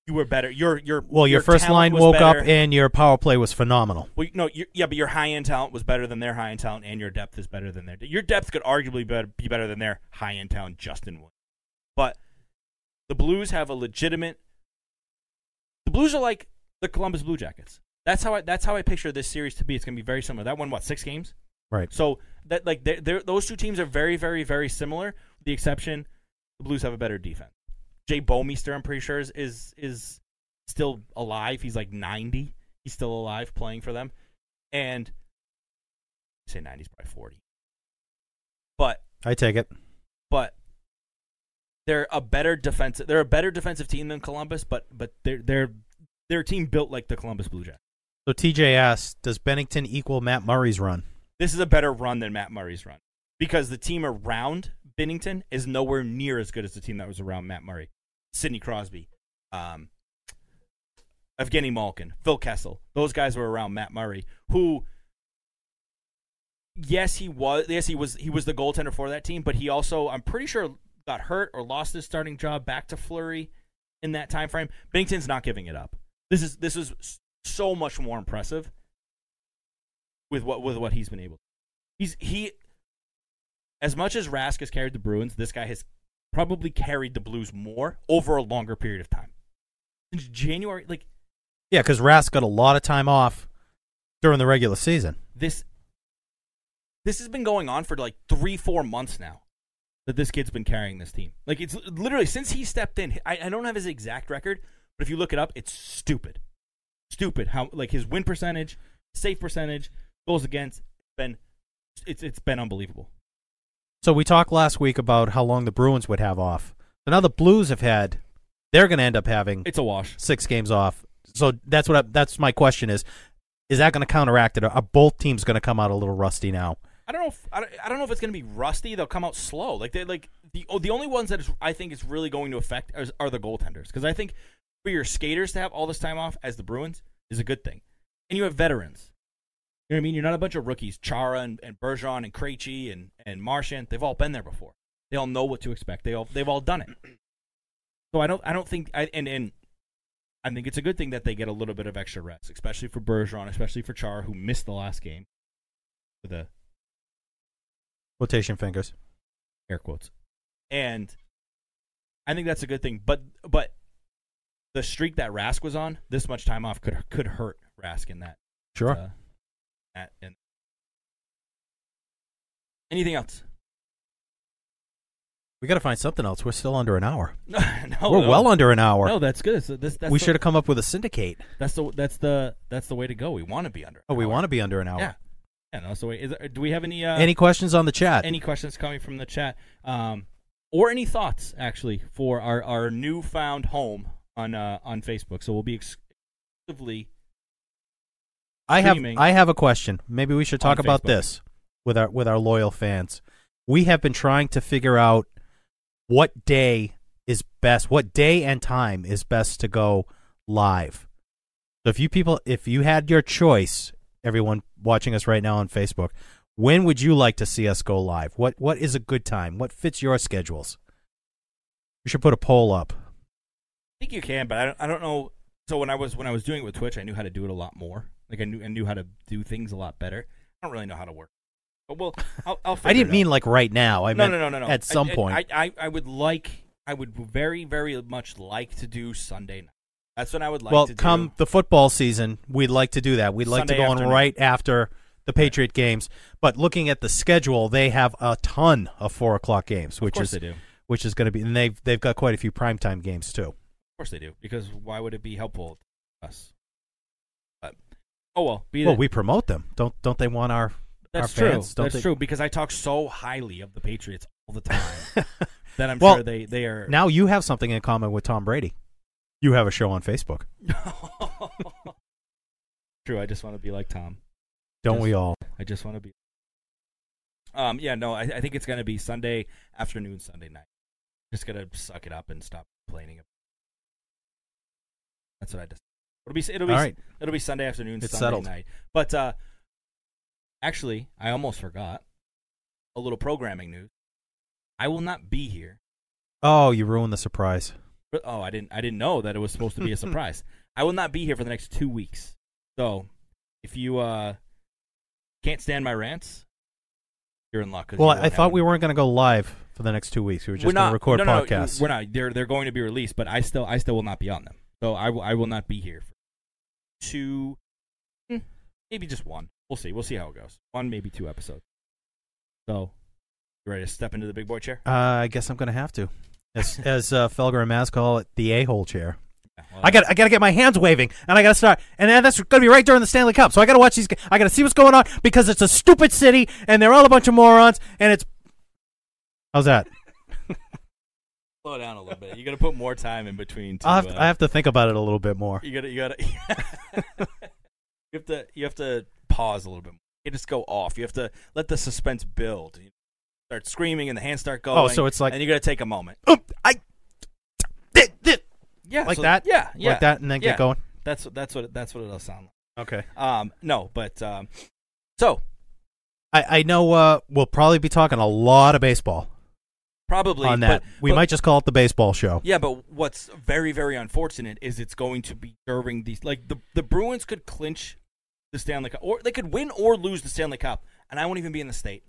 D: you were better. Your your
E: Well, your, first
D: talent
E: line
D: was
E: woke
D: better.
E: up and your power play was phenomenal.
D: Well, no, you yeah, but your high end talent was better than their high end talent, and your depth is better than their. Your depth could arguably be- be better than their high end talent, Justin Wood. But the Blues have a legitimate. The Blues are like the Columbus Blue Jackets. That's how I. That's how I picture this series to be. It's going to be very similar. That one, what six games?
E: Right.
D: So that like they're, they're, those two teams are very, very, very similar. With the exception, the Blues have a better defense. Jay Bomeister, I'm pretty sure, is is, is still alive. He's like 90. He's still alive playing for them. And I say 90s probably 40. But
E: I take it.
D: but they're a better defensive. They're a better defensive team than Columbus. But but they're they're their team built like the Columbus Blue Jackets.
E: So TJ asked, does Bennington equal Matt Murray's run?
D: this is a better run than Matt Murray's run because the team around Bennington is nowhere near as good as the team that was around Matt Murray. Sidney Crosby, um, Evgeny Malkin, Phil Kessel. Those guys were around Matt Murray, who, yes, he was. Yes, he was. He was the goaltender for that team, but he also, I'm pretty sure, got hurt or lost his starting job back to Flurry in that time frame. Bennington's not giving it up. This is this is s- so much more impressive with what with what he's been able. To. He's he as much as Rask has carried the Bruins, this guy has probably carried the Blues more over a longer period of time. Since January, like
E: Yeah, because Rask got a lot of time off during the regular season.
D: this this has been going on for like three four months now that this kid's been carrying this team like it's literally since he stepped in I, I don't have his exact record but if you look it up it's stupid stupid how like his win percentage save percentage goals against been it's it's been unbelievable
E: So we talked last week about how long the Bruins would have off. So now the Blues have had, they're going to end up having
D: it's a wash
E: six games off. So that's what I, that's my question is: Is that going to counteract it? Are both teams going to come out a little rusty now?
D: I don't know. If, I, don't, I don't know if it's going to be rusty. They'll come out slow. Like they like the oh, the only ones that is, I think is really going to affect is, are the goaltenders because I think for your skaters to have all this time off as the Bruins is a good thing, and you have veterans. You know what I mean? You're not a bunch of rookies. Chara and, and Bergeron and Krejci and and Marchand. They've all been there before. They all know what to expect. They all they've all done it. So I don't I don't think I and and I think it's a good thing that they get a little bit of extra rest, especially for Bergeron, especially for Chara who missed the last game with a
E: Quotation fingers.
D: air quotes and i think that's a good thing but but the streak that rask was on this much time off could could hurt rask in that
E: Sure.
D: uh, that and anything else
E: we got to find something else. We're still under an hour.
D: no, no
E: We're
D: Oh, no.
E: well under an hour.
F: No, that's good. So this, that's
E: we
F: the-
E: should have come up with a syndicate.
F: That's the that's the that's the way
D: way to go we want to be under
E: Oh, we
D: Hour.
E: want to be under an hour.
D: yeah yeah no, that's the way is there, do we have any uh,
E: Any questions on the chat?
D: any questions coming from the chat um or any thoughts actually for our our newfound home on uh on facebook so we'll be exclusively
E: I have
D: streaming.
E: I have a question. Maybe we should talk
D: On
E: about
D: Facebook.
E: this with our with our loyal fans. We have been trying to figure out what day is best, what day and time is best to go live. So if you people if you had your choice, everyone watching us right now on Facebook, when would you like to see us go live? What what is a good time? What fits your schedules? We should put a poll up.
D: think you can, but I don't, I don't know. So when I was when I was doing it with Twitch, I knew how to do it a lot more. Like I knew I knew how to do things a lot better. I don't really know how to work, but well, I'll, I'll figure
E: I didn't
D: it out.
E: mean like right now. I
D: no,
E: meant
D: no, no, no, no.
E: at
D: I-
E: some
D: I,
E: point.
D: I, I, I would like, I would very, very much like to do Sunday night. That's what I would like
E: well,
D: to do.
E: come the football season, we'd like to do that. We'd like to
D: Sunday
E: go
D: afternoon.
E: on right after the Patriot games. But looking at the schedule, they have a ton of four o'clock games, which
D: course
E: is
D: they do.
E: which is going to be, and they've they've got quite a few primetime games too.
D: Of course they do, because why would it be helpful to us? But oh well, be
E: Well,
D: that-
E: we promote them, don't don't they want our
D: that's
E: our
D: true.
E: fans? Don't
D: that's
E: they-
D: true because I talk so highly of the Patriots all the time that I'm
E: Well,
D: sure they they are.
E: Now you have something in common with Tom Brady. You have a show on Facebook,
D: true. I just want to be like Tom.
E: don't
D: Yes.
E: we all?
D: I just want to be. Um. Yeah. No. I, I think it's gonna be Sunday afternoon, Sunday night. Just gonna suck it up and stop complaining. That's what I just. It'll be. It'll be.
E: All right.
D: It'll be Sunday afternoon,
E: It's
D: Sunday
E: settled.
D: night. But uh, actually, I almost forgot a little programming news. I will not be here.
E: Oh, you ruined the surprise.
D: But, oh, I didn't. I didn't know that it was supposed to be a surprise. I will not be here for the next two weeks. So, if you uh, can't stand my rants, you're in luck. 'cause
E: Well,
D: you
E: I,
D: won't
E: I
D: have
E: thought we
D: them.
E: weren't going to go live for the next two weeks. We were
D: We're
E: just going
D: not-
E: to record
D: no, no, no,
E: podcasts.
D: we're not. They're they're going to be released, but I still I still will not be on them. So I will I will not be here for two, hmm, maybe just one. We'll see. We'll see how it goes. One maybe two episodes. So, you ready to step into the big boy chair?
E: Uh, I guess I'm going to have to, as as uh, Felger and Maz call it, the a-hole chair.
D: Yeah, well,
E: I got I got to get my hands waving, and I got to start, and then that's going to be right during the Stanley Cup. So I got to watch these. g- I got to see what's going on because it's a stupid city, and they're all a bunch of morons, and it's. How's that?
D: slow down a little bit. You got to put more time in between. To,
E: I'll have
D: uh,
E: to, I have to think about it a little bit more.
D: You gotta, you gotta, you have to, you have to pause a little bit. More. You just go off. You have to let the suspense build. You start screaming and the hands start going.
E: Oh, so it's like-
D: and you gotta take a moment.
E: Oh, I. thi- thi-
D: Yeah,
E: Like
D: so-
E: that?
D: Yeah, yeah,
E: Like that, and then
D: Yeah.
E: get going.
D: That's that's what that's what it'll sound
E: Okay.
D: like. Um, no, but um, so
E: I I know. Uh, we'll probably be talking a lot of baseball
D: probably
E: on that.
D: but-
E: we
D: but-
E: might just call it the baseball show.
D: Yeah, but what's very very unfortunate is it's going to be during these like the the Bruins could clinch the Stanley Cup or they could win or lose the Stanley Cup and I won't even be in the state.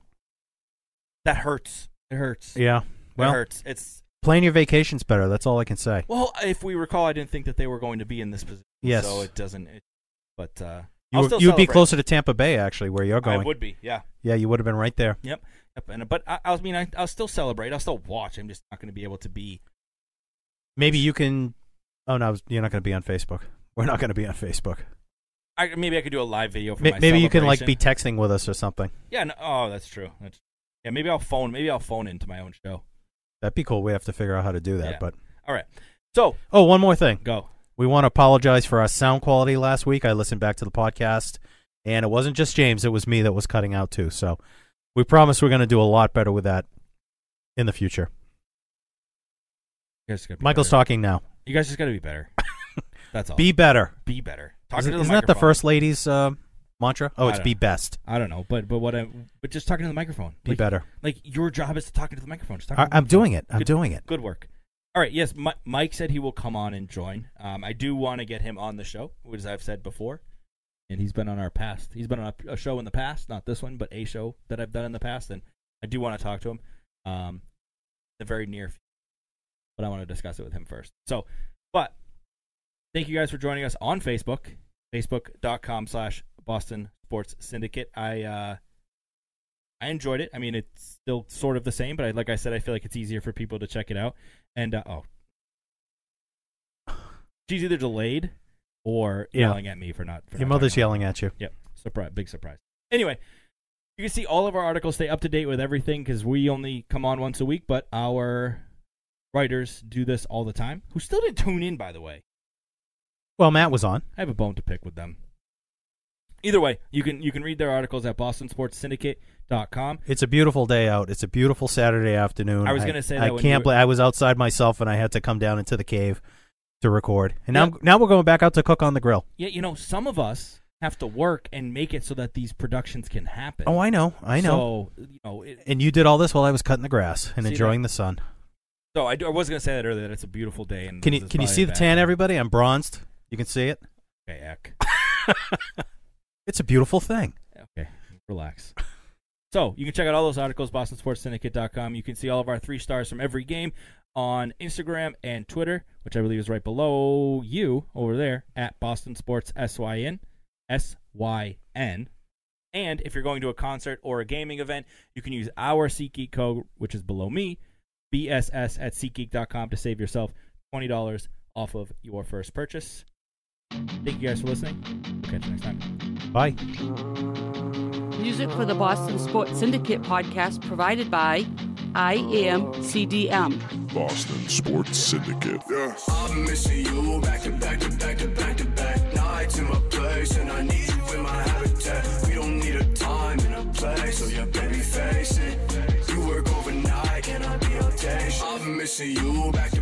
D: That hurts. It hurts.
E: Yeah.
D: it
E: Well,
D: hurts. It's
E: plan your vacations better. That's all I can say.
D: well, if we recall, I didn't think that they were going to be in this position.
E: Yes.
D: So it doesn't. It, but uh,
E: You,
D: I'll
E: would
D: still
E: be
D: celebrate.
E: closer to Tampa Bay, actually, where you're
D: I
E: going.
D: would be. Yeah.
E: Yeah, you would have been right there.
D: Yep. Yep. And but I, I mean, I, I'll still celebrate. I'll still watch. I'm just not going to be able to be.
E: Maybe you can. Oh no, you're not going to be on Facebook. We're not going to be on Facebook.
D: I, maybe I could do a live video for
E: Ma-
D: my
E: maybe you can like be
D: celebration.
E: texting with us or something.
D: yeah. No, oh, that's true. That's, yeah. Maybe I'll phone. Maybe I'll phone into my own show.
E: That'd be cool. We have to figure out how to do that.
D: Yeah.
E: But
D: All right. So
E: oh, one more thing.
D: go.
E: We want to apologize for our sound quality last week. I listened back to the podcast, and it wasn't just James; it was me that was cutting out too. So we promise we're going to do a lot better with that in the future.
D: You guys gotta be
E: Michael's
D: better.
E: talking now.
D: You guys just got to be better. that's all.
E: Be better.
D: be better. Talk
E: Isn't,
D: to the
E: isn't that the
D: microphone.
E: first lady's uh, mantra? Oh,
D: I
E: it's
D: don't
E: be
D: know.
E: best.
D: I don't know, but but what I but just talking to the microphone.
E: Be
D: Like-
E: better.
D: Like your job is to talk into the microphone. Just talk
E: I,
D: into the
E: I'm
D: microphone.
E: doing it. I'm
D: Good-
E: doing it.
D: Good work. All right. Yes, Mi- Mike said he will come on and join. Um, I do want to get him on the show, which I've said before, and he's been on our past. He's been on a, a show in the past, not this one, but a show that I've done in the past, and I do want to talk to him. Um, the very near, future, but I want to discuss it with him first. So, but thank you guys for joining us on Facebook, facebook.com slash Boston Sports Syndicate. I uh, I enjoyed it. I mean, it's still sort of the same, but I, like I said, I feel like it's easier for people to check it out. And uh, oh, she's either delayed or
E: Yeah.
D: yelling at me for not. For
E: Your
D: not
E: mother's
D: talking.
E: yelling at you.
D: Yep, surprise, big surprise. Anyway, you can see all of our articles. Stay up to date with everything because we only come on once a week, but our writers do this all the time. Who still didn't tune in, by the way.
E: Well, Matt was on.
D: I have a bone to pick with them. Either way, you can you can read their articles at bostonsportssyndicate.com.
E: It's a beautiful day out. It's a beautiful Saturday afternoon.
D: I was gonna say
E: I
D: that when you
E: can't
D: were-
E: believe I was outside myself and I had to come down into the cave to record. And now,
D: Yeah.
E: now we're going back out to cook on the grill.
D: Yet, you know, some of us have to work and make it so that these productions can happen.
E: Oh, I know, I know.
D: So, you know, it,
E: and you did all this while I was cutting the grass and
D: See
E: enjoying the sun.
D: So I, do- I was gonna say that earlier. That it's a beautiful day. And
E: Can you
D: Mm, this is
E: can you
D: probably
E: see
D: a
E: the
D: bad
E: tan,
D: thing.
E: everybody? I'm bronzed. You can see it.
D: Okay, heck.
E: It's a beautiful thing.
D: Okay, relax. So you can check out all those articles, bostonsportssyndicate.com. You can see all of our three stars from every game on Instagram and Twitter, which I believe is right below you over there at Boston Sports SYN. S-Y-N. And if you're going to a concert or a gaming event, you can use our SeatGeek code, which is below me, BSS at SeatGeek.com to save yourself $20 off of your first purchase. Thank you guys for listening. We'll catch you next time.
E: Bye.
G: Music for the Boston Sports Syndicate podcast provided by IMCDM.
A: Boston Sports Syndicate.
C: I'm missing you back to back to back to back to back nights in my place, and I need you in my habitat. We don't need a time and a place, so yeah, baby, face it. You work overnight, can I be your day? I'm missing you back to